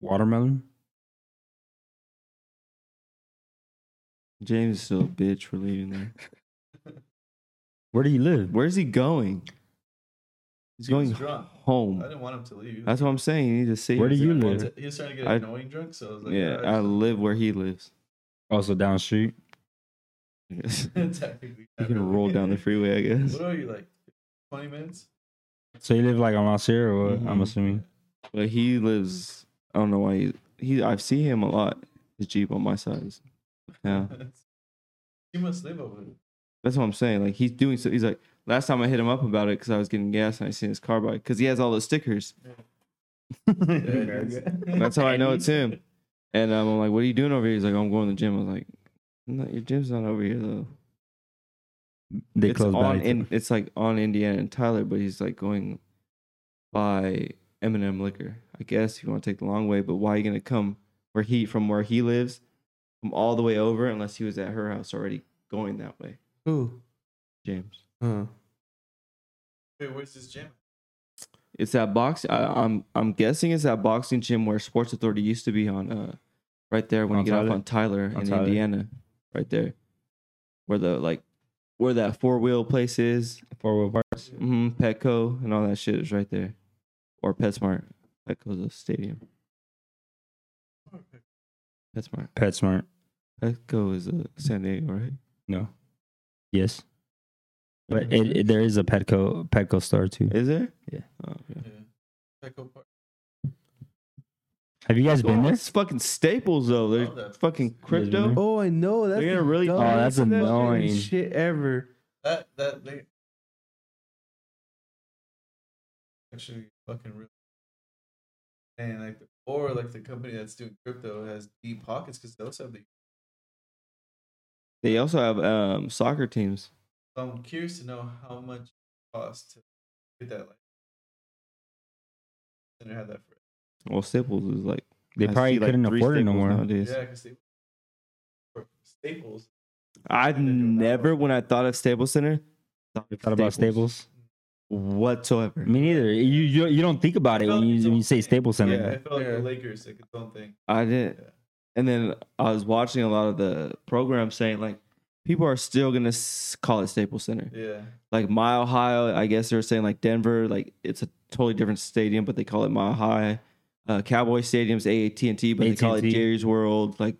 Speaker 3: watermelon.
Speaker 2: James is still a bitch for leaving there.
Speaker 3: Where do you live?
Speaker 2: Where's he going? He's
Speaker 4: He was
Speaker 2: going
Speaker 4: drunk. I
Speaker 2: home.
Speaker 4: didn't want him to leave.
Speaker 2: That's what I'm saying. You need to see.
Speaker 3: Where do
Speaker 2: him.
Speaker 3: you
Speaker 4: He
Speaker 3: live?
Speaker 4: was- He was trying to get
Speaker 2: I-
Speaker 4: annoying drunk, so I was like,
Speaker 2: yeah, I
Speaker 4: "All right."
Speaker 2: live where he lives.
Speaker 3: Also down the street.
Speaker 4: Technically,
Speaker 2: You
Speaker 4: not
Speaker 2: can
Speaker 4: really.
Speaker 2: roll down the freeway, I guess.
Speaker 4: What are you like? Twenty minutes?
Speaker 3: So you live like on Los Sierra, or what? I'm
Speaker 2: Mhm.
Speaker 3: assuming.
Speaker 2: But he lives. I don't know why he. he I've seen him a lot. His jeep on my side. Yeah,
Speaker 4: you must live over there.
Speaker 2: that's what I'm saying. Like he's doing so. He's like last time I hit him up about it because I was getting gas and I seen his car by because he has all the stickers.
Speaker 4: Yeah, it is.
Speaker 2: That's how I know it's him. And um, I'm like, "What are you doing over here?" He's like, "I'm going to the gym." I was like, no, "Your gym's not over here though.
Speaker 3: They
Speaker 2: it's
Speaker 3: close
Speaker 2: on
Speaker 3: by.
Speaker 2: in, it's like on Indiana and Tyler, but he's like going by Eminem Liquor. I guess you want to take the long way, but why are you gonna come where he from where he lives from all the way over unless he was at her house already going that way,
Speaker 1: Who?
Speaker 2: James?
Speaker 1: Huh.
Speaker 4: Wait, where's this gym?
Speaker 2: It's that box. I, I'm I'm guessing it's that boxing gym where Sports Authority used to be on. Uh, right there when
Speaker 3: On
Speaker 2: you get
Speaker 3: Tyler?
Speaker 2: off on Tyler
Speaker 3: On
Speaker 2: in
Speaker 3: Tyler.
Speaker 2: Indiana, right there, where the like where that four wheel place is. Mm-hmm,
Speaker 3: Four wheel park.
Speaker 2: hmm Petco and all that shit is right there, or PetSmart. Petco's a stadium.
Speaker 4: Oh,
Speaker 2: That's my
Speaker 3: PetSmart.
Speaker 2: Petco is a San Diego, right?
Speaker 3: No. Yes. But it, it- there is a Petco Petco store too.
Speaker 2: Is there?
Speaker 3: Yeah.
Speaker 2: Oh, yeah.
Speaker 4: Yeah. Petco Park.
Speaker 3: Have you guys been
Speaker 2: Oh,
Speaker 3: there?
Speaker 2: it's fucking staples though. They're
Speaker 4: Oh, that's-
Speaker 2: fucking crypto.
Speaker 3: there?
Speaker 1: Oh, I know. That's
Speaker 2: They're
Speaker 1: the
Speaker 2: gonna really-
Speaker 3: Oh,
Speaker 1: dumbest
Speaker 3: that's
Speaker 1: fucking
Speaker 3: annoying.
Speaker 1: shit ever.
Speaker 4: That that they actually fucking real. And like, the, or like the company that's doing crypto has deep pockets because they also have the.
Speaker 2: They also have um, soccer teams.
Speaker 4: I'm curious to know how much it costs to get that. Like, and have that for
Speaker 2: Well, staples is like
Speaker 3: They
Speaker 2: I
Speaker 3: probably
Speaker 2: see, like,
Speaker 3: couldn't
Speaker 2: three
Speaker 3: afford it no
Speaker 2: Staples
Speaker 3: more.
Speaker 2: nowadays.
Speaker 4: yeah, because they for staples.
Speaker 2: I've
Speaker 4: They're doing that
Speaker 2: never,
Speaker 4: one.
Speaker 2: when I thought of Staples Center, thought,
Speaker 3: You thought about
Speaker 4: mm,
Speaker 3: Staples?
Speaker 2: whatsoever.
Speaker 3: Me neither. You you, you don't think about it when you, when you say Staples Center.
Speaker 4: Yeah,
Speaker 2: Yeah.
Speaker 4: I felt like
Speaker 1: Yeah.
Speaker 4: the Lakers like its own thing.
Speaker 2: I didn't.
Speaker 4: Yeah.
Speaker 2: And then I was watching a lot of the programs saying like people are still gonna s- call it Staples Center.
Speaker 4: Yeah,
Speaker 2: Like Mile High, I guess they were saying like Denver, like it's a totally different stadium, but they call it Mile High. Uh, Cowboy Stadium's AAT and T, but they call it
Speaker 3: AT&T.
Speaker 2: Jerry's World. Like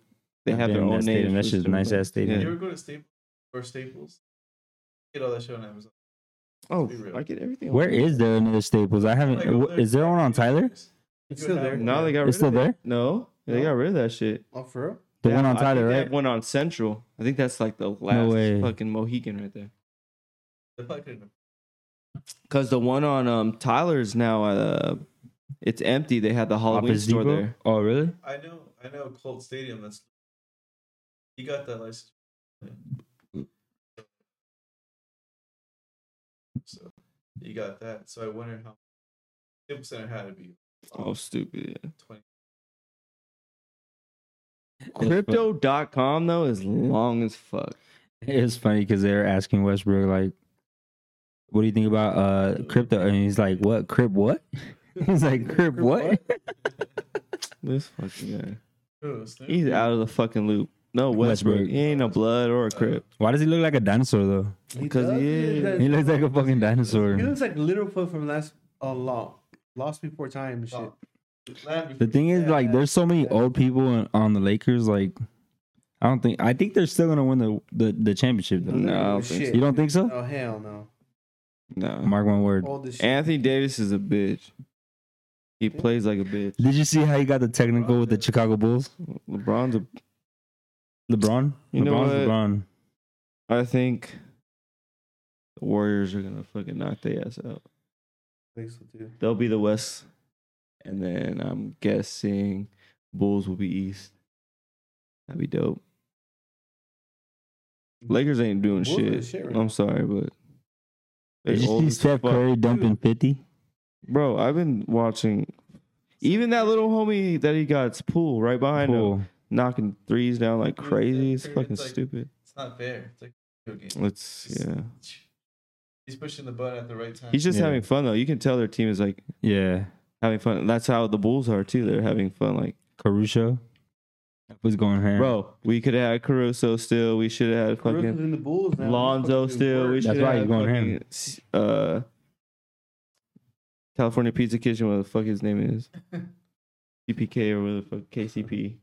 Speaker 2: they
Speaker 3: I've
Speaker 2: have
Speaker 3: been
Speaker 2: their
Speaker 3: in
Speaker 2: own
Speaker 3: that
Speaker 2: name.
Speaker 3: stadium. That's just a nice ass stadium.
Speaker 4: you
Speaker 3: Yeah.
Speaker 4: ever go to Staples or Staples? Get all that shit on Amazon.
Speaker 2: Oh,
Speaker 4: Be real.
Speaker 2: I get everything.
Speaker 3: Where is there another Staples? I
Speaker 4: Like, over
Speaker 3: haven't. Mm, Is there one on Tyler?
Speaker 1: It's still there.
Speaker 2: Now they got rid
Speaker 3: It's still
Speaker 2: of it.
Speaker 3: there.
Speaker 2: No, they
Speaker 1: No.
Speaker 2: got rid of that shit.
Speaker 1: Oh, for real?
Speaker 3: The
Speaker 2: They have-
Speaker 3: one on
Speaker 2: I think
Speaker 3: Tyler,
Speaker 2: they
Speaker 3: right?
Speaker 2: have One on Central. I think that's like the last
Speaker 3: way.
Speaker 2: fucking Mohican right there.
Speaker 4: They probably couldn't-
Speaker 2: Cause the one on um Tyler's now uh it's empty. They had the Halloween
Speaker 3: Office
Speaker 2: store
Speaker 3: Depot?
Speaker 2: there.
Speaker 3: Oh, really?
Speaker 4: I know, I know, Colt Stadium. That's he got that license. So you got that. So I wonder how Staples Center had to be
Speaker 2: Oh stupid. Yeah.
Speaker 4: twenty.
Speaker 2: Crypto.com though is long as fuck.
Speaker 3: It's funny because they're asking Westbrook like, "What do you think about uh crypto?" And he's like, "What crib? What?" He's like, "Crib what?"
Speaker 2: This fucking guy.
Speaker 4: Ooh, Snoop
Speaker 2: He's
Speaker 4: Dogg.
Speaker 2: out of the fucking loop. No Westbrook.
Speaker 3: Westbrook.
Speaker 2: He ain't a blood or a crip.
Speaker 3: Why does he look like a dinosaur though?
Speaker 2: Because
Speaker 1: does.
Speaker 2: he
Speaker 1: He
Speaker 2: is.
Speaker 1: does.
Speaker 3: He looks like a fucking
Speaker 1: He
Speaker 3: dinosaur.
Speaker 1: looks like Littlefoot from last a long lost before time and shit.
Speaker 4: Oh, Land
Speaker 3: The
Speaker 4: before-
Speaker 3: thing is, like, there's so many old people on- on the Lakers. Like, I don't think. I think they're still gonna win the the, the championship though.
Speaker 2: No, I don't
Speaker 1: Shit.
Speaker 2: think
Speaker 3: You don't think so?
Speaker 1: Oh hell no!
Speaker 2: No.
Speaker 3: Mark my word.
Speaker 1: All this shit.
Speaker 2: Anthony Davis is a bitch. He plays like a bitch.
Speaker 3: Did you see how he got the technical with the Chicago Bulls?
Speaker 2: LeBron's a
Speaker 3: LeBron.
Speaker 2: You know what?
Speaker 3: LeBron's LeBron.
Speaker 2: I think the Warriors are gonna fucking knock their ass out.
Speaker 1: Thanks, so, too.
Speaker 2: They'll be the West, and then I'm guessing Bulls will be East. That'd be dope. Lakers ain't doing
Speaker 1: Bulls are the
Speaker 2: shit.
Speaker 1: shit right now.
Speaker 2: I'm sorry, but they
Speaker 3: Did you
Speaker 2: old
Speaker 3: see
Speaker 2: as
Speaker 3: Steph
Speaker 2: fuck.
Speaker 3: Curry dumping fifty?
Speaker 2: bro. I've been watching. Even that little homie that he got, pool right behind him,
Speaker 3: Cool.
Speaker 2: knocking threes down like
Speaker 4: Dude,
Speaker 2: crazy.
Speaker 4: Steph
Speaker 2: It's
Speaker 4: Curry,
Speaker 2: fucking
Speaker 4: it's like-
Speaker 2: stupid.
Speaker 4: It's not fair. It's like a video game.
Speaker 2: It's yeah.
Speaker 4: He's pushing the button at the right time.
Speaker 2: He's just
Speaker 3: Yeah.
Speaker 2: having fun though. You can tell their team is like
Speaker 3: Yeah.
Speaker 2: having fun. That's how the Bulls are too. They're having fun. Like,
Speaker 3: Caruso. That was going ham.
Speaker 2: bro, we could have had Caruso still. We should have had
Speaker 1: Caruso's
Speaker 2: fucking
Speaker 1: in the Bulls now.
Speaker 2: Lonzo
Speaker 1: He's fucking doing
Speaker 2: still. We
Speaker 1: work.
Speaker 3: That's
Speaker 2: should
Speaker 3: right,
Speaker 2: have
Speaker 3: he's going
Speaker 2: fucking
Speaker 3: ham.
Speaker 2: s- uh, California Pizza Kitchen. What the fuck his name is? CPK or whatever the fuck KCP.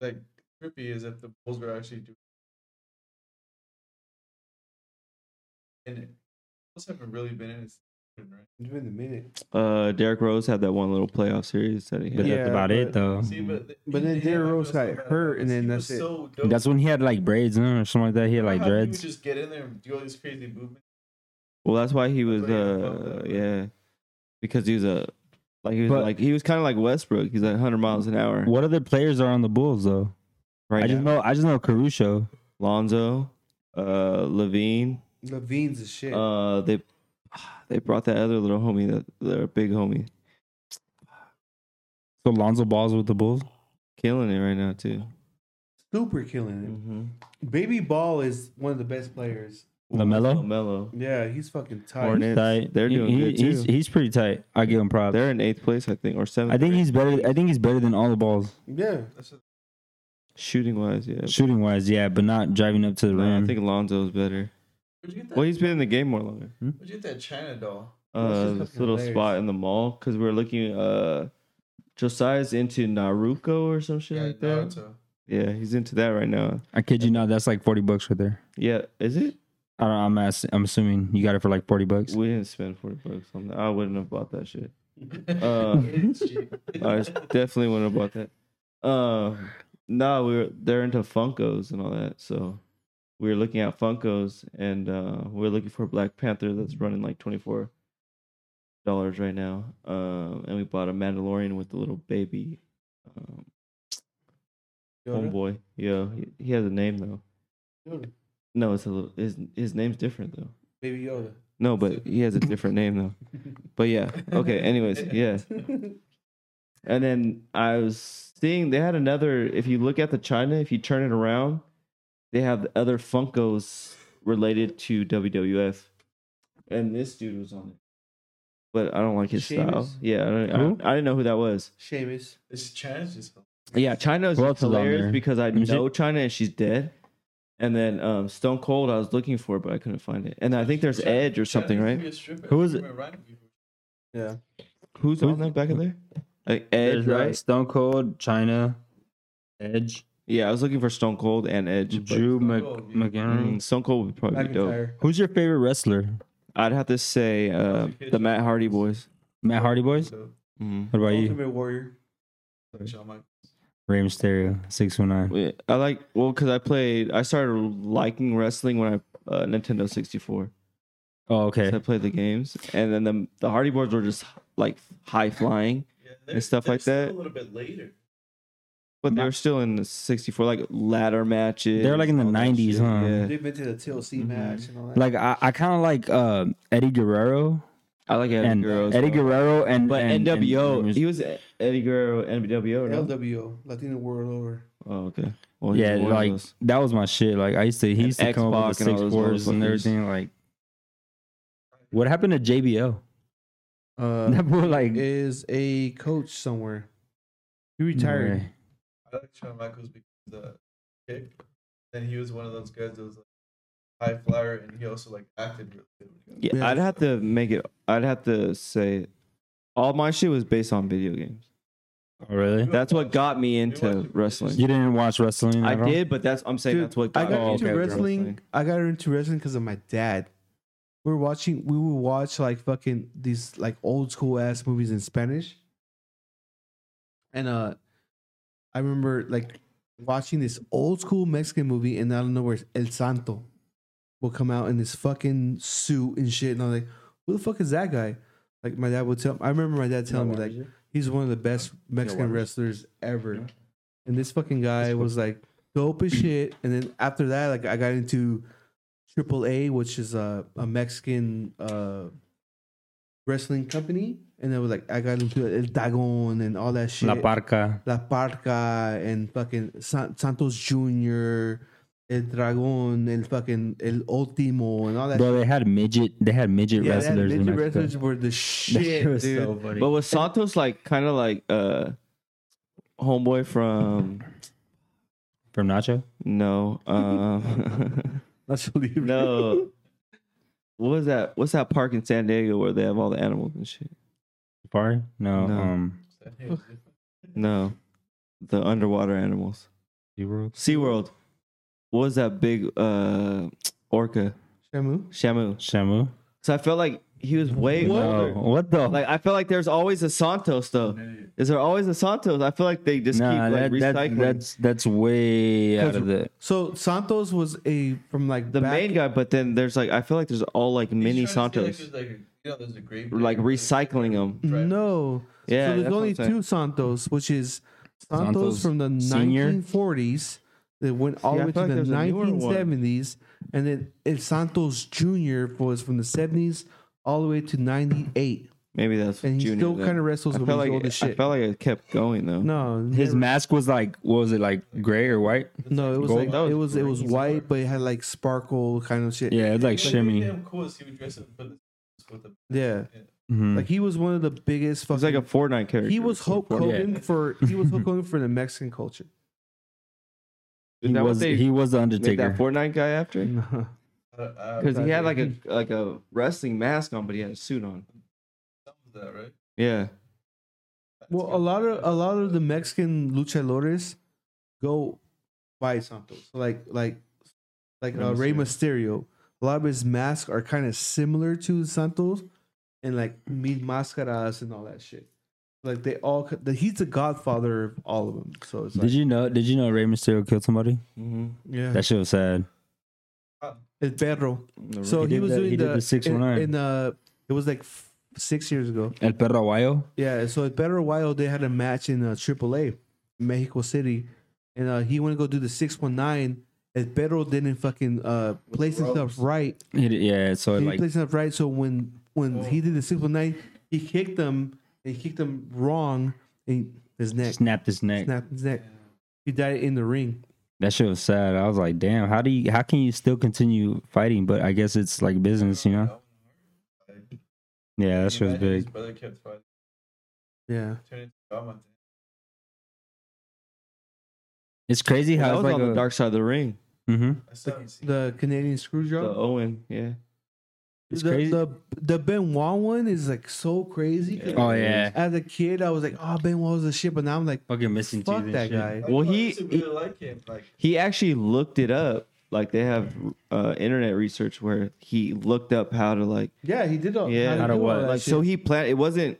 Speaker 4: like trippy is if the Bulls were actually doing in it. Bulls haven't really been in it, since Jordan, right?
Speaker 1: It's been a minute.
Speaker 2: Uh, Derrick Rose had that one little playoff series that he
Speaker 3: But
Speaker 2: had.
Speaker 1: Yeah,
Speaker 3: that's about it
Speaker 1: but-
Speaker 3: though.
Speaker 4: See, but th-
Speaker 1: But
Speaker 4: he-
Speaker 1: then
Speaker 4: yeah,
Speaker 1: Derrick
Speaker 4: I
Speaker 1: Rose
Speaker 4: feel
Speaker 1: got
Speaker 4: so bad about
Speaker 1: hurt,
Speaker 4: that
Speaker 1: and then
Speaker 4: because
Speaker 1: that's
Speaker 4: he was
Speaker 1: it.
Speaker 4: So dope.
Speaker 3: That's when he had like braids no, or something like that. He had
Speaker 4: Remember
Speaker 3: like
Speaker 4: how He would
Speaker 3: dreads.
Speaker 4: just get in there and do all these crazy movements.
Speaker 2: Well, that's why he was.
Speaker 4: why he got fucked
Speaker 2: Uh,
Speaker 4: up, right?
Speaker 2: yeah, because he was a like he was
Speaker 3: But-
Speaker 2: like he was kind of like Westbrook. He's like 100 miles an hour.
Speaker 3: What other players are on the Bulls though?
Speaker 2: Right
Speaker 3: I just
Speaker 2: now.
Speaker 3: know I just know Caruso.
Speaker 2: Lonzo, uh, Levine.
Speaker 1: Levine's a shit.
Speaker 2: Uh, they they brought that other little homie, that their big homie,
Speaker 3: So Lonzo Ball's with the Bulls.
Speaker 2: killing it right now too.
Speaker 1: Super killing
Speaker 2: Mm-hmm.
Speaker 1: it. Baby Ball is one of the best players.
Speaker 3: LaMelo?
Speaker 2: Lamelo,
Speaker 1: Yeah, he's fucking tight.
Speaker 2: Hornets.
Speaker 3: Tight.
Speaker 2: They're
Speaker 3: He-
Speaker 2: doing
Speaker 3: he-
Speaker 2: good too.
Speaker 3: He's he's pretty tight. I give him props.
Speaker 2: They're in eighth place, I think, or seventh.
Speaker 3: I think he's better. I think he's better than all the balls,
Speaker 1: Yeah,
Speaker 4: That's just,
Speaker 2: shooting wise, yeah.
Speaker 3: shooting wise. Yeah, but not driving up to the
Speaker 2: Nah,
Speaker 3: rim.
Speaker 2: I think Lonzo's better.
Speaker 4: Where'd you get that?
Speaker 2: Well, he's been in the game more longer.
Speaker 4: Where'd you get that China doll?
Speaker 1: That's
Speaker 2: Uh,
Speaker 1: just
Speaker 2: this
Speaker 1: fucking
Speaker 2: little
Speaker 1: hilarious.
Speaker 2: spot in the mall because we're looking. Uh, Josiah's into Naruto or some shit
Speaker 4: Yeah,
Speaker 2: like that.
Speaker 4: Naruto.
Speaker 2: Yeah, he's into that right now.
Speaker 3: I kid you not. That's like forty bucks right there.
Speaker 2: Yeah, is it?
Speaker 3: I don't, I'm ass- I'm assuming you got it for like forty bucks.
Speaker 2: We didn't spend forty bucks on that. I wouldn't have bought that shit. Uh,
Speaker 4: It's cheap.
Speaker 2: I definitely wouldn't have bought that. Uh, nah, we were they're into Funkos and all that, so we were looking at Funkos and uh, we we're looking for Black Panther that's running like twenty four dollars right now. Um, and we bought a Mandalorian with the little baby um,
Speaker 4: Yoda?
Speaker 2: homeboy. Yeah, he, he has a name though.
Speaker 4: Yoda.
Speaker 2: No, it's a little his his name's different though.
Speaker 4: Baby Yoda.
Speaker 2: No, but he has a different name though. But yeah, okay. Anyways, yeah. And then I was seeing they had another. If you look at the China, if you turn it around, they have the other Funkos related to WWF, and this dude was on it. But I don't like his style.
Speaker 1: Sheamus?
Speaker 2: Yeah, I, don't, I, don't- I didn't know who that was.
Speaker 1: Seamus.
Speaker 4: It's China's just
Speaker 2: Yeah, China is
Speaker 3: Who else is on
Speaker 2: hilarious
Speaker 3: there?
Speaker 2: because I
Speaker 3: Let me see.
Speaker 2: know China and she's dead. And then um, Stone Cold, I was looking for, but I couldn't find it. And I think there's
Speaker 4: China-
Speaker 2: Edge or something,
Speaker 4: China used
Speaker 2: right?
Speaker 4: to be a stripper.
Speaker 3: Who is
Speaker 4: She
Speaker 3: it?
Speaker 4: went riding before.
Speaker 1: Yeah.
Speaker 2: Who's on that back of there? Like Edge,
Speaker 3: There's, uh,
Speaker 2: right?
Speaker 3: Stone Cold, China, Edge,
Speaker 2: Yeah, I was looking for Stone Cold and Edge. but-
Speaker 3: Drew
Speaker 4: Stone
Speaker 3: Mc-
Speaker 4: Cold, yeah.
Speaker 2: Mm,
Speaker 3: McHenry.
Speaker 2: Stone Cold would probably be dope.
Speaker 1: McIntyre.
Speaker 3: Who's your favorite wrestler?
Speaker 2: I'd have to say uh, the Matt Hardy boys.
Speaker 3: Matt Hardy boys.
Speaker 4: So,
Speaker 3: What about you?
Speaker 1: Ultimate Warrior.
Speaker 4: like, Shawn Michaels.
Speaker 3: Rey Mysterio, six one nine.
Speaker 2: Yeah, I like well because I played. I started liking wrestling when I uh, Nintendo sixty four.
Speaker 3: Oh, okay.
Speaker 2: I played the games, and then the the Hardy boys were just like high flying,
Speaker 4: Yeah, they're-
Speaker 2: stuff
Speaker 4: they're
Speaker 2: like
Speaker 4: still
Speaker 2: that.
Speaker 4: A little bit later.
Speaker 2: but they were still in the sixty four like ladder matches.
Speaker 3: They're Mm-hmm. like in the
Speaker 2: all that
Speaker 3: 90s,
Speaker 2: shit,
Speaker 3: huh?
Speaker 2: Yeah.
Speaker 1: They've been to the TLC
Speaker 2: Mhm.
Speaker 1: match and all that.
Speaker 3: Like I, I kind of like uh, Eddie Guerrero
Speaker 2: I like Eddie
Speaker 3: and
Speaker 2: Guerrero. as
Speaker 3: Eddie
Speaker 2: well.
Speaker 3: Guerrero and
Speaker 2: but
Speaker 3: and, and-
Speaker 2: NWO.
Speaker 3: and-
Speaker 2: he was Eddie Guerrero NWO. No?
Speaker 1: LWO, Latino World Over.
Speaker 2: oh okay. Well, he's
Speaker 3: yeah,
Speaker 2: one of
Speaker 3: like
Speaker 2: those.
Speaker 3: that was my shit. Like I used to, he
Speaker 2: And
Speaker 3: used to come up with the
Speaker 2: Xbox and all
Speaker 3: six
Speaker 2: those
Speaker 3: fours and
Speaker 2: motherfuckers.
Speaker 3: everything. Like, what happened to JBL?
Speaker 1: Uh,
Speaker 3: That boy, like,
Speaker 1: is a coach somewhere. He
Speaker 3: no
Speaker 1: retired.
Speaker 3: way.
Speaker 4: I like Shawn Michaels because the kick. Then he was one of those guys that was like high flyer, and he also like acted really good. when he
Speaker 2: Yeah,
Speaker 4: got
Speaker 1: Yeah.
Speaker 2: I'd have to make it. I'd have to say, all my shit was based on video games.
Speaker 3: Oh, really?
Speaker 2: That's what got me into
Speaker 3: You
Speaker 2: wrestling.
Speaker 3: didn't watch wrestling?
Speaker 2: I
Speaker 3: at all?
Speaker 2: did, but that's I'm saying
Speaker 1: Dude,
Speaker 2: that's what
Speaker 1: I got
Speaker 2: got me
Speaker 1: into
Speaker 3: okay, okay.
Speaker 1: wrestling. I got into wrestling because of my dad. We were watching. We would watch like fucking these like old school ass movies in Spanish. And uh, I remember like watching this old school Mexican movie, and I don't know where El Santo will come out in this fucking suit and shit, and I'm like, who the fuck is that guy? Like my dad would tell. I remember my dad telling me like he's one of the best Mexican wrestlers ever. And this fucking guy was like dope as shit. And then after that, like I got into Triple A, which is a, a Mexican uh, wrestling company. And it was like I got into El Dagon and all that shit.
Speaker 3: La Parca.
Speaker 1: La Parca and fucking San- Santos Jr., El Dragon, El fucking El Ultimo and all that
Speaker 3: Bro, they had midget. They had
Speaker 1: shit.
Speaker 3: midget
Speaker 1: Yeah, that
Speaker 3: wrestlers. in
Speaker 1: midget
Speaker 3: Mexico.
Speaker 1: wrestlers were the
Speaker 3: That
Speaker 1: shit,
Speaker 3: was
Speaker 1: dude.
Speaker 3: so funny.
Speaker 2: But was Santos like kind of like uh, homeboy from
Speaker 3: From Nacho.
Speaker 2: no um,
Speaker 1: That's what he-
Speaker 2: no. What was that? What's that park in San Diego where they have all the animals and shit?
Speaker 3: Safari? No.
Speaker 2: No.
Speaker 3: Um,
Speaker 4: Hey,
Speaker 2: No, the underwater animals.
Speaker 3: SeaWorld.
Speaker 2: SeaWorld. What was that big uh orca?
Speaker 1: Shamu?
Speaker 2: Shamu.
Speaker 3: Shamu.
Speaker 2: So I felt like he was way
Speaker 3: No.
Speaker 2: older.
Speaker 3: What the?
Speaker 2: Like I feel like there's always a Santos though. Is there always a Santos? I feel like they just
Speaker 3: nah,
Speaker 2: keep like
Speaker 3: that, that-
Speaker 2: recycling
Speaker 3: that's that's way out of the.
Speaker 1: So Santos was a from like
Speaker 2: the
Speaker 1: back-
Speaker 2: main guy, but then there's like I feel like there's all like mini
Speaker 4: He's trying to say,
Speaker 2: Santos,
Speaker 4: Like, there's, like, a- you know, there's a great
Speaker 2: like recycling them.
Speaker 4: Right.
Speaker 1: No.
Speaker 2: Yeah,
Speaker 1: so
Speaker 2: that's
Speaker 1: there's
Speaker 2: what
Speaker 1: only
Speaker 2: I'm saying.
Speaker 1: two Santos, which is Santos,
Speaker 3: Santos
Speaker 1: from the
Speaker 3: Senior.
Speaker 1: 1940s that went all
Speaker 2: See,
Speaker 1: the
Speaker 2: I
Speaker 1: way to
Speaker 2: feel like
Speaker 1: the
Speaker 2: there's a newer one.
Speaker 1: 1970s, and then El Santos Junior was from the 70s all the way to 98,
Speaker 2: Maybe that's
Speaker 1: and he
Speaker 2: junior.
Speaker 1: still
Speaker 2: then.
Speaker 1: kind of wrestles
Speaker 2: I
Speaker 1: with
Speaker 2: felt
Speaker 1: his
Speaker 2: like
Speaker 1: old
Speaker 2: I
Speaker 1: as shit.
Speaker 2: felt like it kept going though.
Speaker 1: no,
Speaker 3: His
Speaker 1: never.
Speaker 3: mask was like, what was it like, gray or white?
Speaker 1: No, it was
Speaker 3: Gold?
Speaker 1: like
Speaker 2: That was
Speaker 1: it was it was
Speaker 2: crazy.
Speaker 1: white, but it had like sparkle kind of shit.
Speaker 3: Yeah, it's like shimmy.
Speaker 4: Damn cool. is He would dress up for the- with the
Speaker 1: Yeah.
Speaker 3: Mhm.
Speaker 1: Like he was one of the biggest
Speaker 2: It was Mm. like
Speaker 1: fucking
Speaker 2: a Fortnite character.
Speaker 1: He was Hulk
Speaker 2: Fortnite.
Speaker 1: Hogan for he was Hulk Hogan for the Mexican culture.
Speaker 2: Is
Speaker 3: he
Speaker 2: that what
Speaker 3: was
Speaker 2: they
Speaker 3: he was the
Speaker 2: made that
Speaker 3: Undertaker.
Speaker 1: Mm-hmm.
Speaker 2: Fortnite guy after?
Speaker 1: No.
Speaker 2: because
Speaker 4: uh, Because
Speaker 2: he had like a like a wrestling mask on, but he had a suit on.
Speaker 4: that right.
Speaker 2: Yeah,
Speaker 4: That's
Speaker 1: Well, a
Speaker 4: kinda
Speaker 1: lot of
Speaker 4: cool.
Speaker 1: a lot of the Mexican luchadores go by something. So like like like uh, Rey
Speaker 2: Rey
Speaker 1: Mysterio. A lot of his masks are kind of similar to Santos, and like Mil Mascaras and all that shit. Like they all, c- the, he's the godfather of all of them. So it's like,
Speaker 3: Did you know? Did you know Rey Mysterio killed somebody?
Speaker 2: mm-hmm.
Speaker 1: yeah,
Speaker 3: That shit was sad.
Speaker 1: El Perro. So
Speaker 3: He
Speaker 1: he,
Speaker 3: did
Speaker 1: was
Speaker 3: the-
Speaker 1: doing
Speaker 3: he did
Speaker 1: the,
Speaker 3: the 619.
Speaker 1: In, in uh, it was like f- six years ago.
Speaker 3: El Perro Aguayo.
Speaker 1: Yeah, so at Better Wild they had a match in uh, AAA, Mexico City, and uh, he went to go do the six one nine. And Better didn't fucking uh, place himself right.
Speaker 3: He did, yeah. So
Speaker 1: He
Speaker 3: it,
Speaker 1: didn't
Speaker 3: like
Speaker 1: place himself right. So when when he did the six one nine, he kicked him and he kicked him wrong and his neck
Speaker 3: snapped his neck.
Speaker 1: snapped his neck. He died in the ring.
Speaker 3: That shit was sad. I was like, damn. How do you? How can you still continue fighting? But I guess it's like business, you know?
Speaker 4: Like,
Speaker 3: Yeah, that shit was
Speaker 4: imagine his
Speaker 3: big.
Speaker 4: Brother kept fighting,
Speaker 1: Yeah,
Speaker 4: turned into drama.
Speaker 3: It's crazy
Speaker 2: that
Speaker 3: how
Speaker 2: was
Speaker 3: it's like
Speaker 2: on
Speaker 3: a,
Speaker 2: the dark side of the ring.
Speaker 3: hmm
Speaker 4: I still haven't seen.
Speaker 1: the Canadian screw
Speaker 2: The
Speaker 1: job.
Speaker 2: Owen, yeah,
Speaker 1: The,
Speaker 3: It's crazy.
Speaker 1: the the Benoit one is like so crazy. 'cause
Speaker 3: oh yeah,
Speaker 1: As a kid, I was like, "Oh, Benoit was the shit," but now I'm like,
Speaker 3: fucking missing teeth.
Speaker 1: "Fuck
Speaker 3: and
Speaker 1: that
Speaker 3: shit.
Speaker 1: guy."
Speaker 4: Like,
Speaker 2: Well,
Speaker 4: I
Speaker 2: he-
Speaker 4: used to really like him. Like
Speaker 2: he actually looked it up. Like they have uh, internet research where he looked up how to like
Speaker 1: Yeah, he did all.
Speaker 2: yeah
Speaker 3: How to
Speaker 1: do all
Speaker 3: what?
Speaker 1: that
Speaker 2: Like
Speaker 1: shit.
Speaker 2: so he planned. It wasn't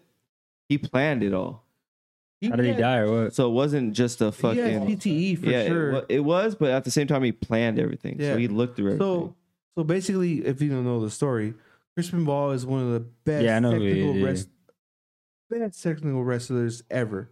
Speaker 2: he planned it all.
Speaker 3: How did he
Speaker 1: had-
Speaker 3: die or what?
Speaker 2: So it wasn't just a
Speaker 1: He had
Speaker 2: fucking
Speaker 1: PTE for
Speaker 2: yeah. it
Speaker 1: sure.
Speaker 2: wa- It, was, but at the same time he planned everything.
Speaker 1: Yeah.
Speaker 2: So he looked through everything.
Speaker 1: so, so basically, if you don't know the story, Crispin Ball is one of the best
Speaker 3: Yeah, I know who he
Speaker 1: technical
Speaker 3: is, yeah.
Speaker 1: wrest- best technical wrestlers ever,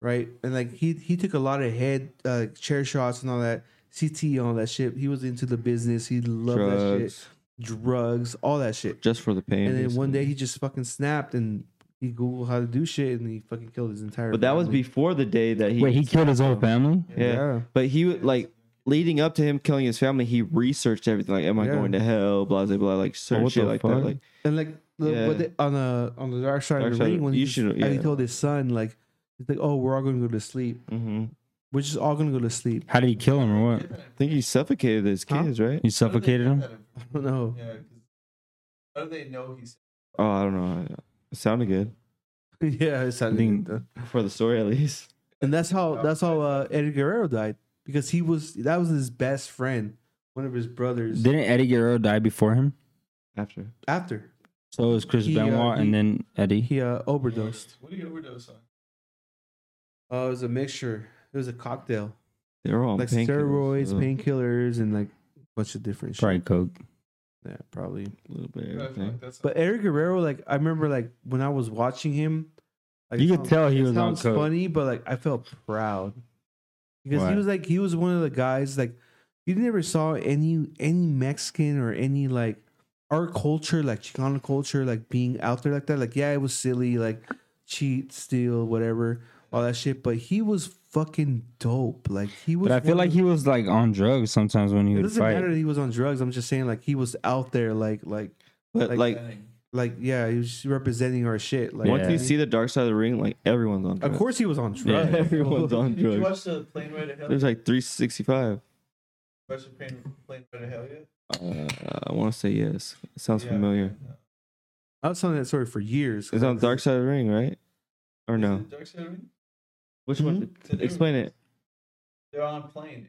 Speaker 1: right? And like he he took a lot of head uh, chair shots and all that, CT and all that shit. He was into the business. He loved that shit,
Speaker 2: drugs
Speaker 1: drugs, all that shit.
Speaker 2: just for the pain.
Speaker 1: and then one
Speaker 2: basically.
Speaker 1: day he just fucking snapped and he googled how to do shit and he fucking killed his entire.
Speaker 2: But that was
Speaker 1: family.
Speaker 2: before the day that he.
Speaker 3: Wait, he killed his whole family.
Speaker 2: yeah. But he would, like leading up to him killing his family, he researched everything. Like, am I
Speaker 1: Yeah.
Speaker 2: going to hell? Blah blah blah. Like certain
Speaker 3: what
Speaker 2: shit
Speaker 3: the
Speaker 2: like that.
Speaker 3: fuck?
Speaker 2: Like
Speaker 1: And like the,
Speaker 2: Yeah.
Speaker 1: but the, on the on the dark side
Speaker 2: Dark
Speaker 1: of the
Speaker 2: Side-
Speaker 1: ring, when
Speaker 2: you
Speaker 1: he,
Speaker 2: should-
Speaker 1: how he
Speaker 2: yeah.
Speaker 1: told his son, like he's like, "Oh, we're all going to go to sleep.
Speaker 2: mhm.
Speaker 1: We're just all going to go to sleep."
Speaker 3: How did he kill him or what?
Speaker 2: I think he suffocated his
Speaker 1: Huh?
Speaker 2: kids, right?
Speaker 3: He suffocated him.
Speaker 1: I don't know.
Speaker 4: Yeah. 'cause How do they know he's?
Speaker 2: Oh, I don't know. It sounded good
Speaker 1: Yeah, it sounded
Speaker 3: think-
Speaker 1: good, though.
Speaker 2: for the story at least.
Speaker 1: and that's how that's how uh, Eddie Guerrero died because he was that was his best friend, one of his brothers.
Speaker 3: Didn't Eddie Guerrero die before him?
Speaker 2: After
Speaker 1: after
Speaker 3: So it was Chris
Speaker 1: He, uh,
Speaker 3: Benoit
Speaker 1: he-
Speaker 3: and then Eddie.
Speaker 1: he uh, overdosed.
Speaker 4: What do you overdose on?
Speaker 1: Oh, it was a mixture. It was a cocktail,
Speaker 2: they were all
Speaker 1: like
Speaker 2: Oh, painkillers, uh.
Speaker 1: steroids,
Speaker 2: so
Speaker 1: painkillers, and like a bunch of different
Speaker 3: Probably Coke.
Speaker 1: shit. Yeah, probably.
Speaker 2: a little bit
Speaker 4: I
Speaker 2: of
Speaker 4: feel
Speaker 2: everything.
Speaker 4: like that's
Speaker 1: But Eric Guerrero, like I remember, like when I was watching him, like,
Speaker 3: You
Speaker 1: it
Speaker 3: could
Speaker 1: sounds-
Speaker 3: tell he
Speaker 1: it
Speaker 3: was on
Speaker 1: sounds
Speaker 3: coke.
Speaker 1: funny, but like I felt proud because
Speaker 3: Why?
Speaker 1: he was like he was one of the guys like you never saw any any Mexican or any like our culture like Chicano culture like being out there like that. Like yeah, it was silly, like cheat, steal, whatever, all that shit. But he was fucking dope. Like he was.
Speaker 3: But I feel
Speaker 1: one
Speaker 3: like
Speaker 1: of-
Speaker 3: he was like on drugs sometimes when he
Speaker 1: It
Speaker 3: would
Speaker 1: doesn't matter
Speaker 3: fight.
Speaker 1: that he was on drugs. I'm just saying, like he was out there, like, like,
Speaker 2: But
Speaker 1: Like
Speaker 2: like,
Speaker 4: Dang.
Speaker 1: like, yeah, he was representing our shit. Like,
Speaker 2: once
Speaker 3: Yeah.
Speaker 2: you see the dark side of the ring, like everyone's on drugs.
Speaker 1: Of course, he was on
Speaker 3: Yeah.
Speaker 1: drugs.
Speaker 2: everyone's on
Speaker 4: Did you
Speaker 2: drugs.
Speaker 4: watch the plane ride to hell?
Speaker 2: There's like 365.
Speaker 4: Watch the plane, plane ride to hell yet?
Speaker 2: Uh, I want to say yes. It sounds
Speaker 4: Yeah.
Speaker 2: familiar.
Speaker 1: I was telling that story for years.
Speaker 2: It's on Dark Side of the Ring, right? Or
Speaker 4: Is
Speaker 2: no?
Speaker 4: it Dark Side of the Ring?
Speaker 2: Which
Speaker 1: Mm-hmm.
Speaker 2: one?
Speaker 4: Mhm.
Speaker 2: Explain it.
Speaker 4: They're on a plane.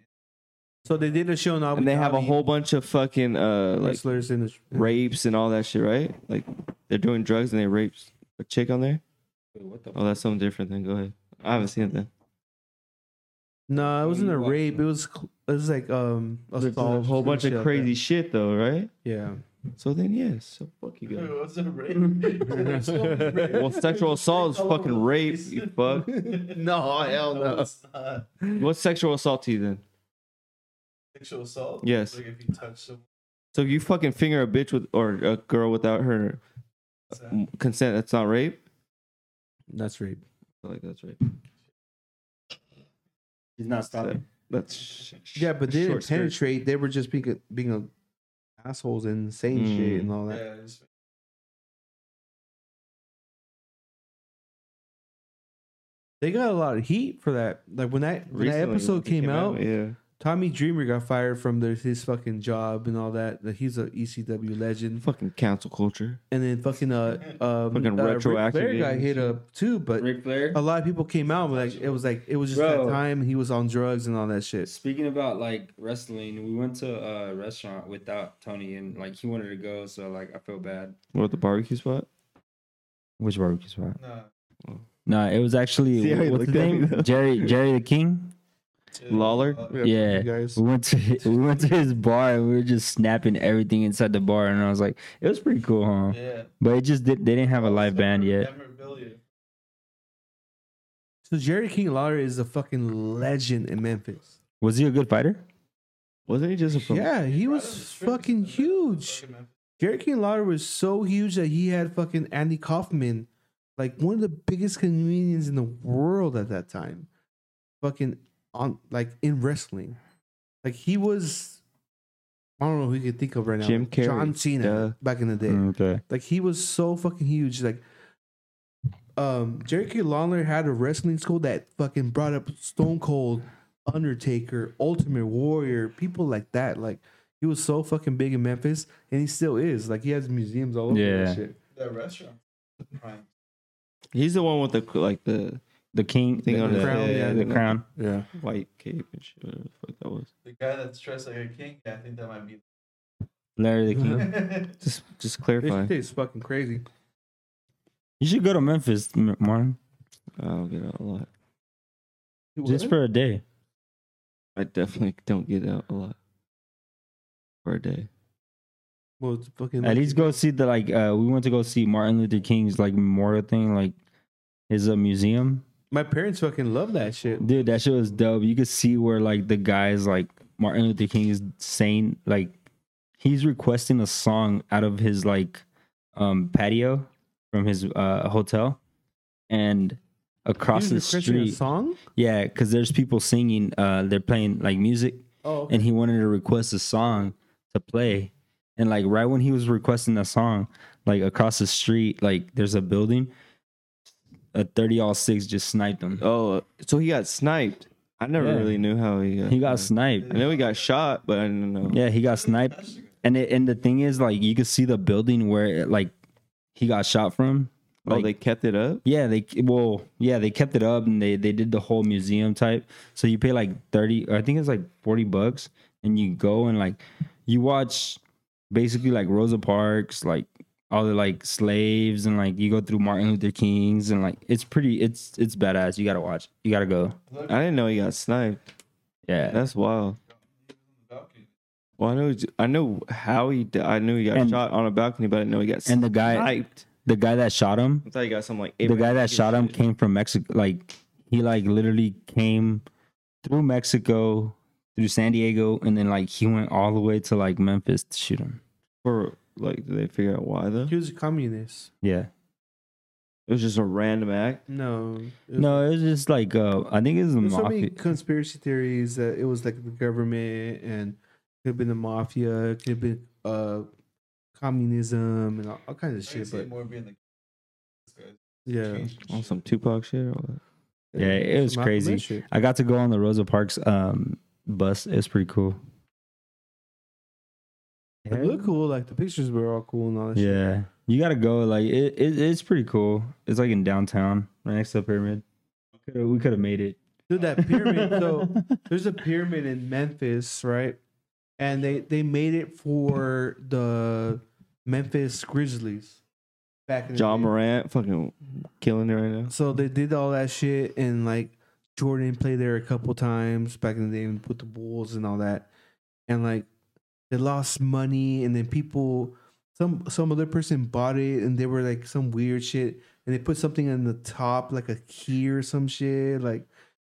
Speaker 1: So they did a show in Abu
Speaker 2: And they have a
Speaker 1: Dhabi,
Speaker 2: whole bunch of fucking uh like
Speaker 1: wrestlers in the
Speaker 2: rapes and all that shit, right? Like they're doing drugs and they rape a chick on there. Oh, that's something different. Then go ahead. I haven't seen it then.
Speaker 1: No, it wasn't a
Speaker 3: What?
Speaker 1: rape. It was cl- it was like um
Speaker 2: There's
Speaker 1: assault
Speaker 2: a whole
Speaker 1: and
Speaker 2: bunch
Speaker 1: shit
Speaker 2: of
Speaker 1: like
Speaker 2: crazy shit though, right?
Speaker 1: that. Yeah,
Speaker 2: So then yes. So fuck you guys.
Speaker 4: Dude, what's a rape? It's so rape.
Speaker 2: Well, sexual assault is fucking rape. You fuck.
Speaker 1: no, hell
Speaker 4: No, it's not.
Speaker 2: What's sexual assault to you then?
Speaker 4: Sexual assault?
Speaker 2: Yes.
Speaker 4: Like if you touch someone.
Speaker 2: So if you fucking finger a bitch with or a girl without her
Speaker 4: it's
Speaker 2: Uh,
Speaker 4: not-
Speaker 2: mm, consent, that's not rape.
Speaker 1: That's rape.
Speaker 2: I feel like that's rape.
Speaker 3: He's not
Speaker 2: That's sh- sh-
Speaker 1: Yeah, but they didn't
Speaker 2: short skirt.
Speaker 1: penetrate. They were just being a, being a assholes and saying
Speaker 2: Mm.
Speaker 1: shit and all that.
Speaker 4: Yeah, it's-
Speaker 1: They got a lot of heat for that. Like when that when that
Speaker 2: Recently,
Speaker 1: episode
Speaker 2: it
Speaker 1: came, out,
Speaker 2: yeah.
Speaker 1: Tommy Dreamer got fired from their, his fucking job and all that. Like, He's a ECW legend.
Speaker 2: Fucking cancel culture.
Speaker 1: And then fucking uh um
Speaker 2: Fucking
Speaker 1: uh, Ric
Speaker 2: retroactive
Speaker 1: Flair got
Speaker 2: names.
Speaker 1: hit up too, but
Speaker 3: Ric Flair.
Speaker 1: a lot of people came out like it was like it was just
Speaker 3: Bro.
Speaker 1: that time he was on drugs and all that shit.
Speaker 3: Speaking about like wrestling, we went to a restaurant without Tony, and like he wanted to go, so like I feel bad.
Speaker 2: What the barbecue spot?
Speaker 3: Which barbecue spot?
Speaker 4: Nah.
Speaker 3: No, it was actually
Speaker 2: See how he
Speaker 3: what's
Speaker 2: looked
Speaker 3: the
Speaker 2: at me,
Speaker 3: name?
Speaker 2: though?
Speaker 3: Jerry Jerry the King.
Speaker 2: Lawler?
Speaker 4: Uh,
Speaker 3: Yeah.
Speaker 1: you guys.
Speaker 3: We went to we went to his bar and we were just snapping everything inside the bar, and I was like, it was pretty cool, huh?
Speaker 4: Yeah.
Speaker 3: But it just did, they didn't have a live band yet.
Speaker 4: Memorabilia.
Speaker 1: So Jerry King Lawler is a fucking legend in Memphis.
Speaker 3: Was he a good fighter?
Speaker 2: Wasn't he just a pro?
Speaker 1: Yeah,
Speaker 4: Right
Speaker 1: he
Speaker 4: on the
Speaker 1: was
Speaker 4: street,
Speaker 1: fucking
Speaker 4: in the middle of
Speaker 1: huge.
Speaker 4: fucking Memphis.
Speaker 1: Jerry King Lawler was so huge that he had fucking Andy Kaufman, like one of the biggest comedians in the world at that time, fucking on like in wrestling. Like he was, I don't know who you could think of right now.
Speaker 2: Jim Carrey,
Speaker 1: John Cena
Speaker 2: duh. Mm-hmm.
Speaker 1: back in the day.
Speaker 3: Okay.
Speaker 1: Like he was so fucking huge. Like um Jerry King Lawler had a wrestling school that fucking brought up Stone Cold, Undertaker, Ultimate Warrior, people like that. Like he was so fucking big in Memphis and he still is. Like he has museums all over
Speaker 3: Yeah.
Speaker 1: that shit.
Speaker 4: That restaurant. Prime.
Speaker 2: He's the one with the like the
Speaker 3: The King,
Speaker 2: Thing
Speaker 3: the,
Speaker 2: on
Speaker 3: the,
Speaker 2: his
Speaker 3: crown,
Speaker 1: head
Speaker 3: yeah,
Speaker 1: and
Speaker 3: the
Speaker 1: the-
Speaker 3: crown.
Speaker 1: Yeah.
Speaker 2: white cape and shit. Whatever the fuck that was.
Speaker 4: The guy that's dressed like a king. Yeah, I think that might be.
Speaker 3: Larry the King.
Speaker 2: Just just
Speaker 1: This
Speaker 2: clarify.
Speaker 1: shit is fucking crazy.
Speaker 3: You should go to Memphis, M- Martin,
Speaker 2: I don't get out a lot.
Speaker 3: just for a day.
Speaker 2: I definitely don't get out a lot for a day.
Speaker 1: well, it's fucking
Speaker 3: At least go see the like. uh We went to go see Martin Luther King's like memorial thing, like his uh, museum.
Speaker 1: my parents fucking love that shit.
Speaker 3: Dude, that shit was dope. You could see where like the guys like Martin Luther King is saying like he's requesting a song out of his like um patio from his uh hotel, and across
Speaker 1: He was
Speaker 3: the
Speaker 1: requesting a
Speaker 3: street,
Speaker 1: song?
Speaker 3: yeah, because there's people singing. uh They're playing like music.
Speaker 1: Oh, okay.
Speaker 3: and he wanted to request a song to play. And like right when he was requesting a song, like across the street, like there's a building, a thirty all six just sniped him.
Speaker 2: Oh, so he got sniped. I never
Speaker 3: Yeah.
Speaker 2: really knew how he got.
Speaker 3: He got sniped.
Speaker 2: I know he got shot, but I didn't know.
Speaker 3: Yeah, he got sniped. And it, and the thing is, like you could see the building where it, like he got shot from.
Speaker 2: oh,
Speaker 3: Like,
Speaker 2: they kept it up.
Speaker 3: Yeah, they well, yeah, they kept it up and they they did the whole museum type. So you pay like thirty, or I think it's like forty bucks, and you go and like you watch basically like Rosa Parks, like all the like slaves, and like you go through Martin Luther King's, and like it's pretty, it's it's badass. You gotta watch, you gotta go.
Speaker 4: Look,
Speaker 2: I didn't know he got sniped.
Speaker 3: Yeah,
Speaker 2: That's wild.
Speaker 4: balcony.
Speaker 2: Well, I know. I know how he. di- I knew he got
Speaker 3: And-
Speaker 2: shot on a balcony, but I didn't know he got
Speaker 3: and the guy,
Speaker 2: sniped.
Speaker 3: the guy that shot him,
Speaker 2: I thought he got some like
Speaker 3: the guy
Speaker 2: Abraham
Speaker 3: that shot him
Speaker 2: Lincoln
Speaker 3: came from Mexico. Like he like literally came through Mexico, through San Diego, and then like he went all the way to like Memphis to shoot him.
Speaker 2: For like, did they figure out why though?
Speaker 1: he was a communist.
Speaker 3: Yeah.
Speaker 2: It was just a random act.
Speaker 1: No. It was-
Speaker 3: No, it was just like uh, I think it was the
Speaker 1: There's so many
Speaker 3: mafia.
Speaker 1: conspiracy theories that it was like the government and could have been the mafia, it could have been uh, communism and all, all kinds
Speaker 4: I
Speaker 1: of
Speaker 4: can
Speaker 1: shit.
Speaker 4: see
Speaker 1: But
Speaker 4: it more being the. This guy's
Speaker 1: yeah,
Speaker 4: changing
Speaker 2: On
Speaker 4: shit.
Speaker 2: some Tupac shit. Or what?
Speaker 3: Yeah, it was
Speaker 1: Malcolm X
Speaker 3: crazy.
Speaker 1: shit.
Speaker 3: I got to go on the Rosa Parks um bus. It was pretty cool.
Speaker 1: It looked cool. Like the pictures were all cool and all that. shit.
Speaker 3: Yeah, you gotta go. Like it, it it's pretty cool. It's like in downtown, right next to the pyramid. Coulda- we could have made it.
Speaker 1: dude, that pyramid. so there's a pyramid in Memphis, right? And they they made it for the Memphis Grizzlies back in the
Speaker 2: John
Speaker 1: day.
Speaker 2: Morant fucking killing it right now.
Speaker 1: So they did all that shit, and like Jordan played there a couple times back in the day and put the Bulls and all that, and like they lost money, and then people, some some other person bought it, and they were like some weird shit, and they put something on the top like a key or some shit, like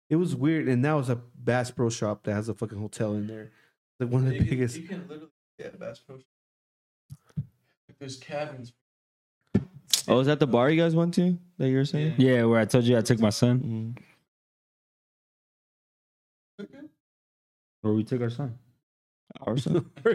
Speaker 1: it was weird, and now it's a Bass Pro Shop that has a fucking hotel in there, like one of the
Speaker 4: you
Speaker 1: biggest.
Speaker 4: Can, you can literally yeah, Bass Pro. Shop. Like, there's cabins.
Speaker 2: Oh, is that the bar you guys went to that you were saying?
Speaker 3: Yeah, where I told you I took my son,
Speaker 2: Mhm.
Speaker 3: or we took our son.
Speaker 2: Our son,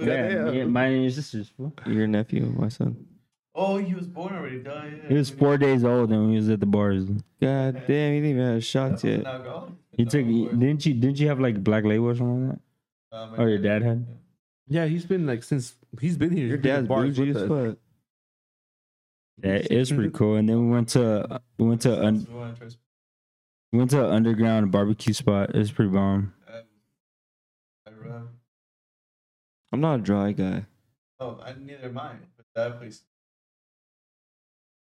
Speaker 3: Yeah, me and- mine and your sister's. fool.
Speaker 2: your nephew, my son.
Speaker 4: Oh, he was born already. Duh, yeah.
Speaker 3: He was four days old and we was at the bars.
Speaker 2: God damn, he didn't even have
Speaker 4: That
Speaker 2: shots
Speaker 4: was
Speaker 2: yet.
Speaker 4: an alcoholic.
Speaker 3: You took
Speaker 4: No, we're-
Speaker 3: didn't you didn't you have like black label or something like
Speaker 4: uh, my
Speaker 1: oh,
Speaker 3: that? Or Oh, your dad had?
Speaker 1: Yeah, he's been like since he's been here.
Speaker 2: Your
Speaker 1: he's been
Speaker 2: dad's
Speaker 1: at bars
Speaker 2: bougie
Speaker 1: with
Speaker 2: as
Speaker 1: us.
Speaker 2: fuck.
Speaker 3: Yeah, it's pretty cool. And then we went to we went to un,
Speaker 4: We wanna try some-
Speaker 3: we went to an underground barbecue spot. It was pretty bomb.
Speaker 4: um, I run-
Speaker 2: I'm not a dry guy.
Speaker 4: Oh, I neither am I. But that place,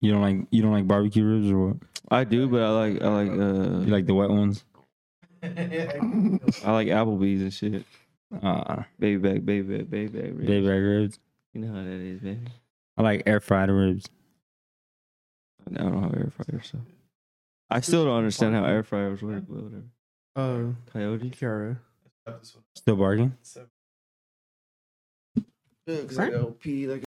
Speaker 3: You don't like you don't like barbecue ribs or what?
Speaker 2: I do, but I like I like
Speaker 3: You
Speaker 2: uh
Speaker 3: like the wet ones?
Speaker 2: I like Applebee's and shit.
Speaker 3: Uh
Speaker 2: Baby back, baby back, baby back. ribs.
Speaker 3: baby back ribs.
Speaker 2: You know how that is, baby.
Speaker 3: I like air fried ribs.
Speaker 2: I don't have air fryer, so I still don't understand how air fryers work. But whatever.
Speaker 1: Uh,
Speaker 2: Coyote.
Speaker 1: Kiara.
Speaker 4: Stop this one.
Speaker 3: Still bargain.
Speaker 4: Seven. Look, 'cause I gotta pee like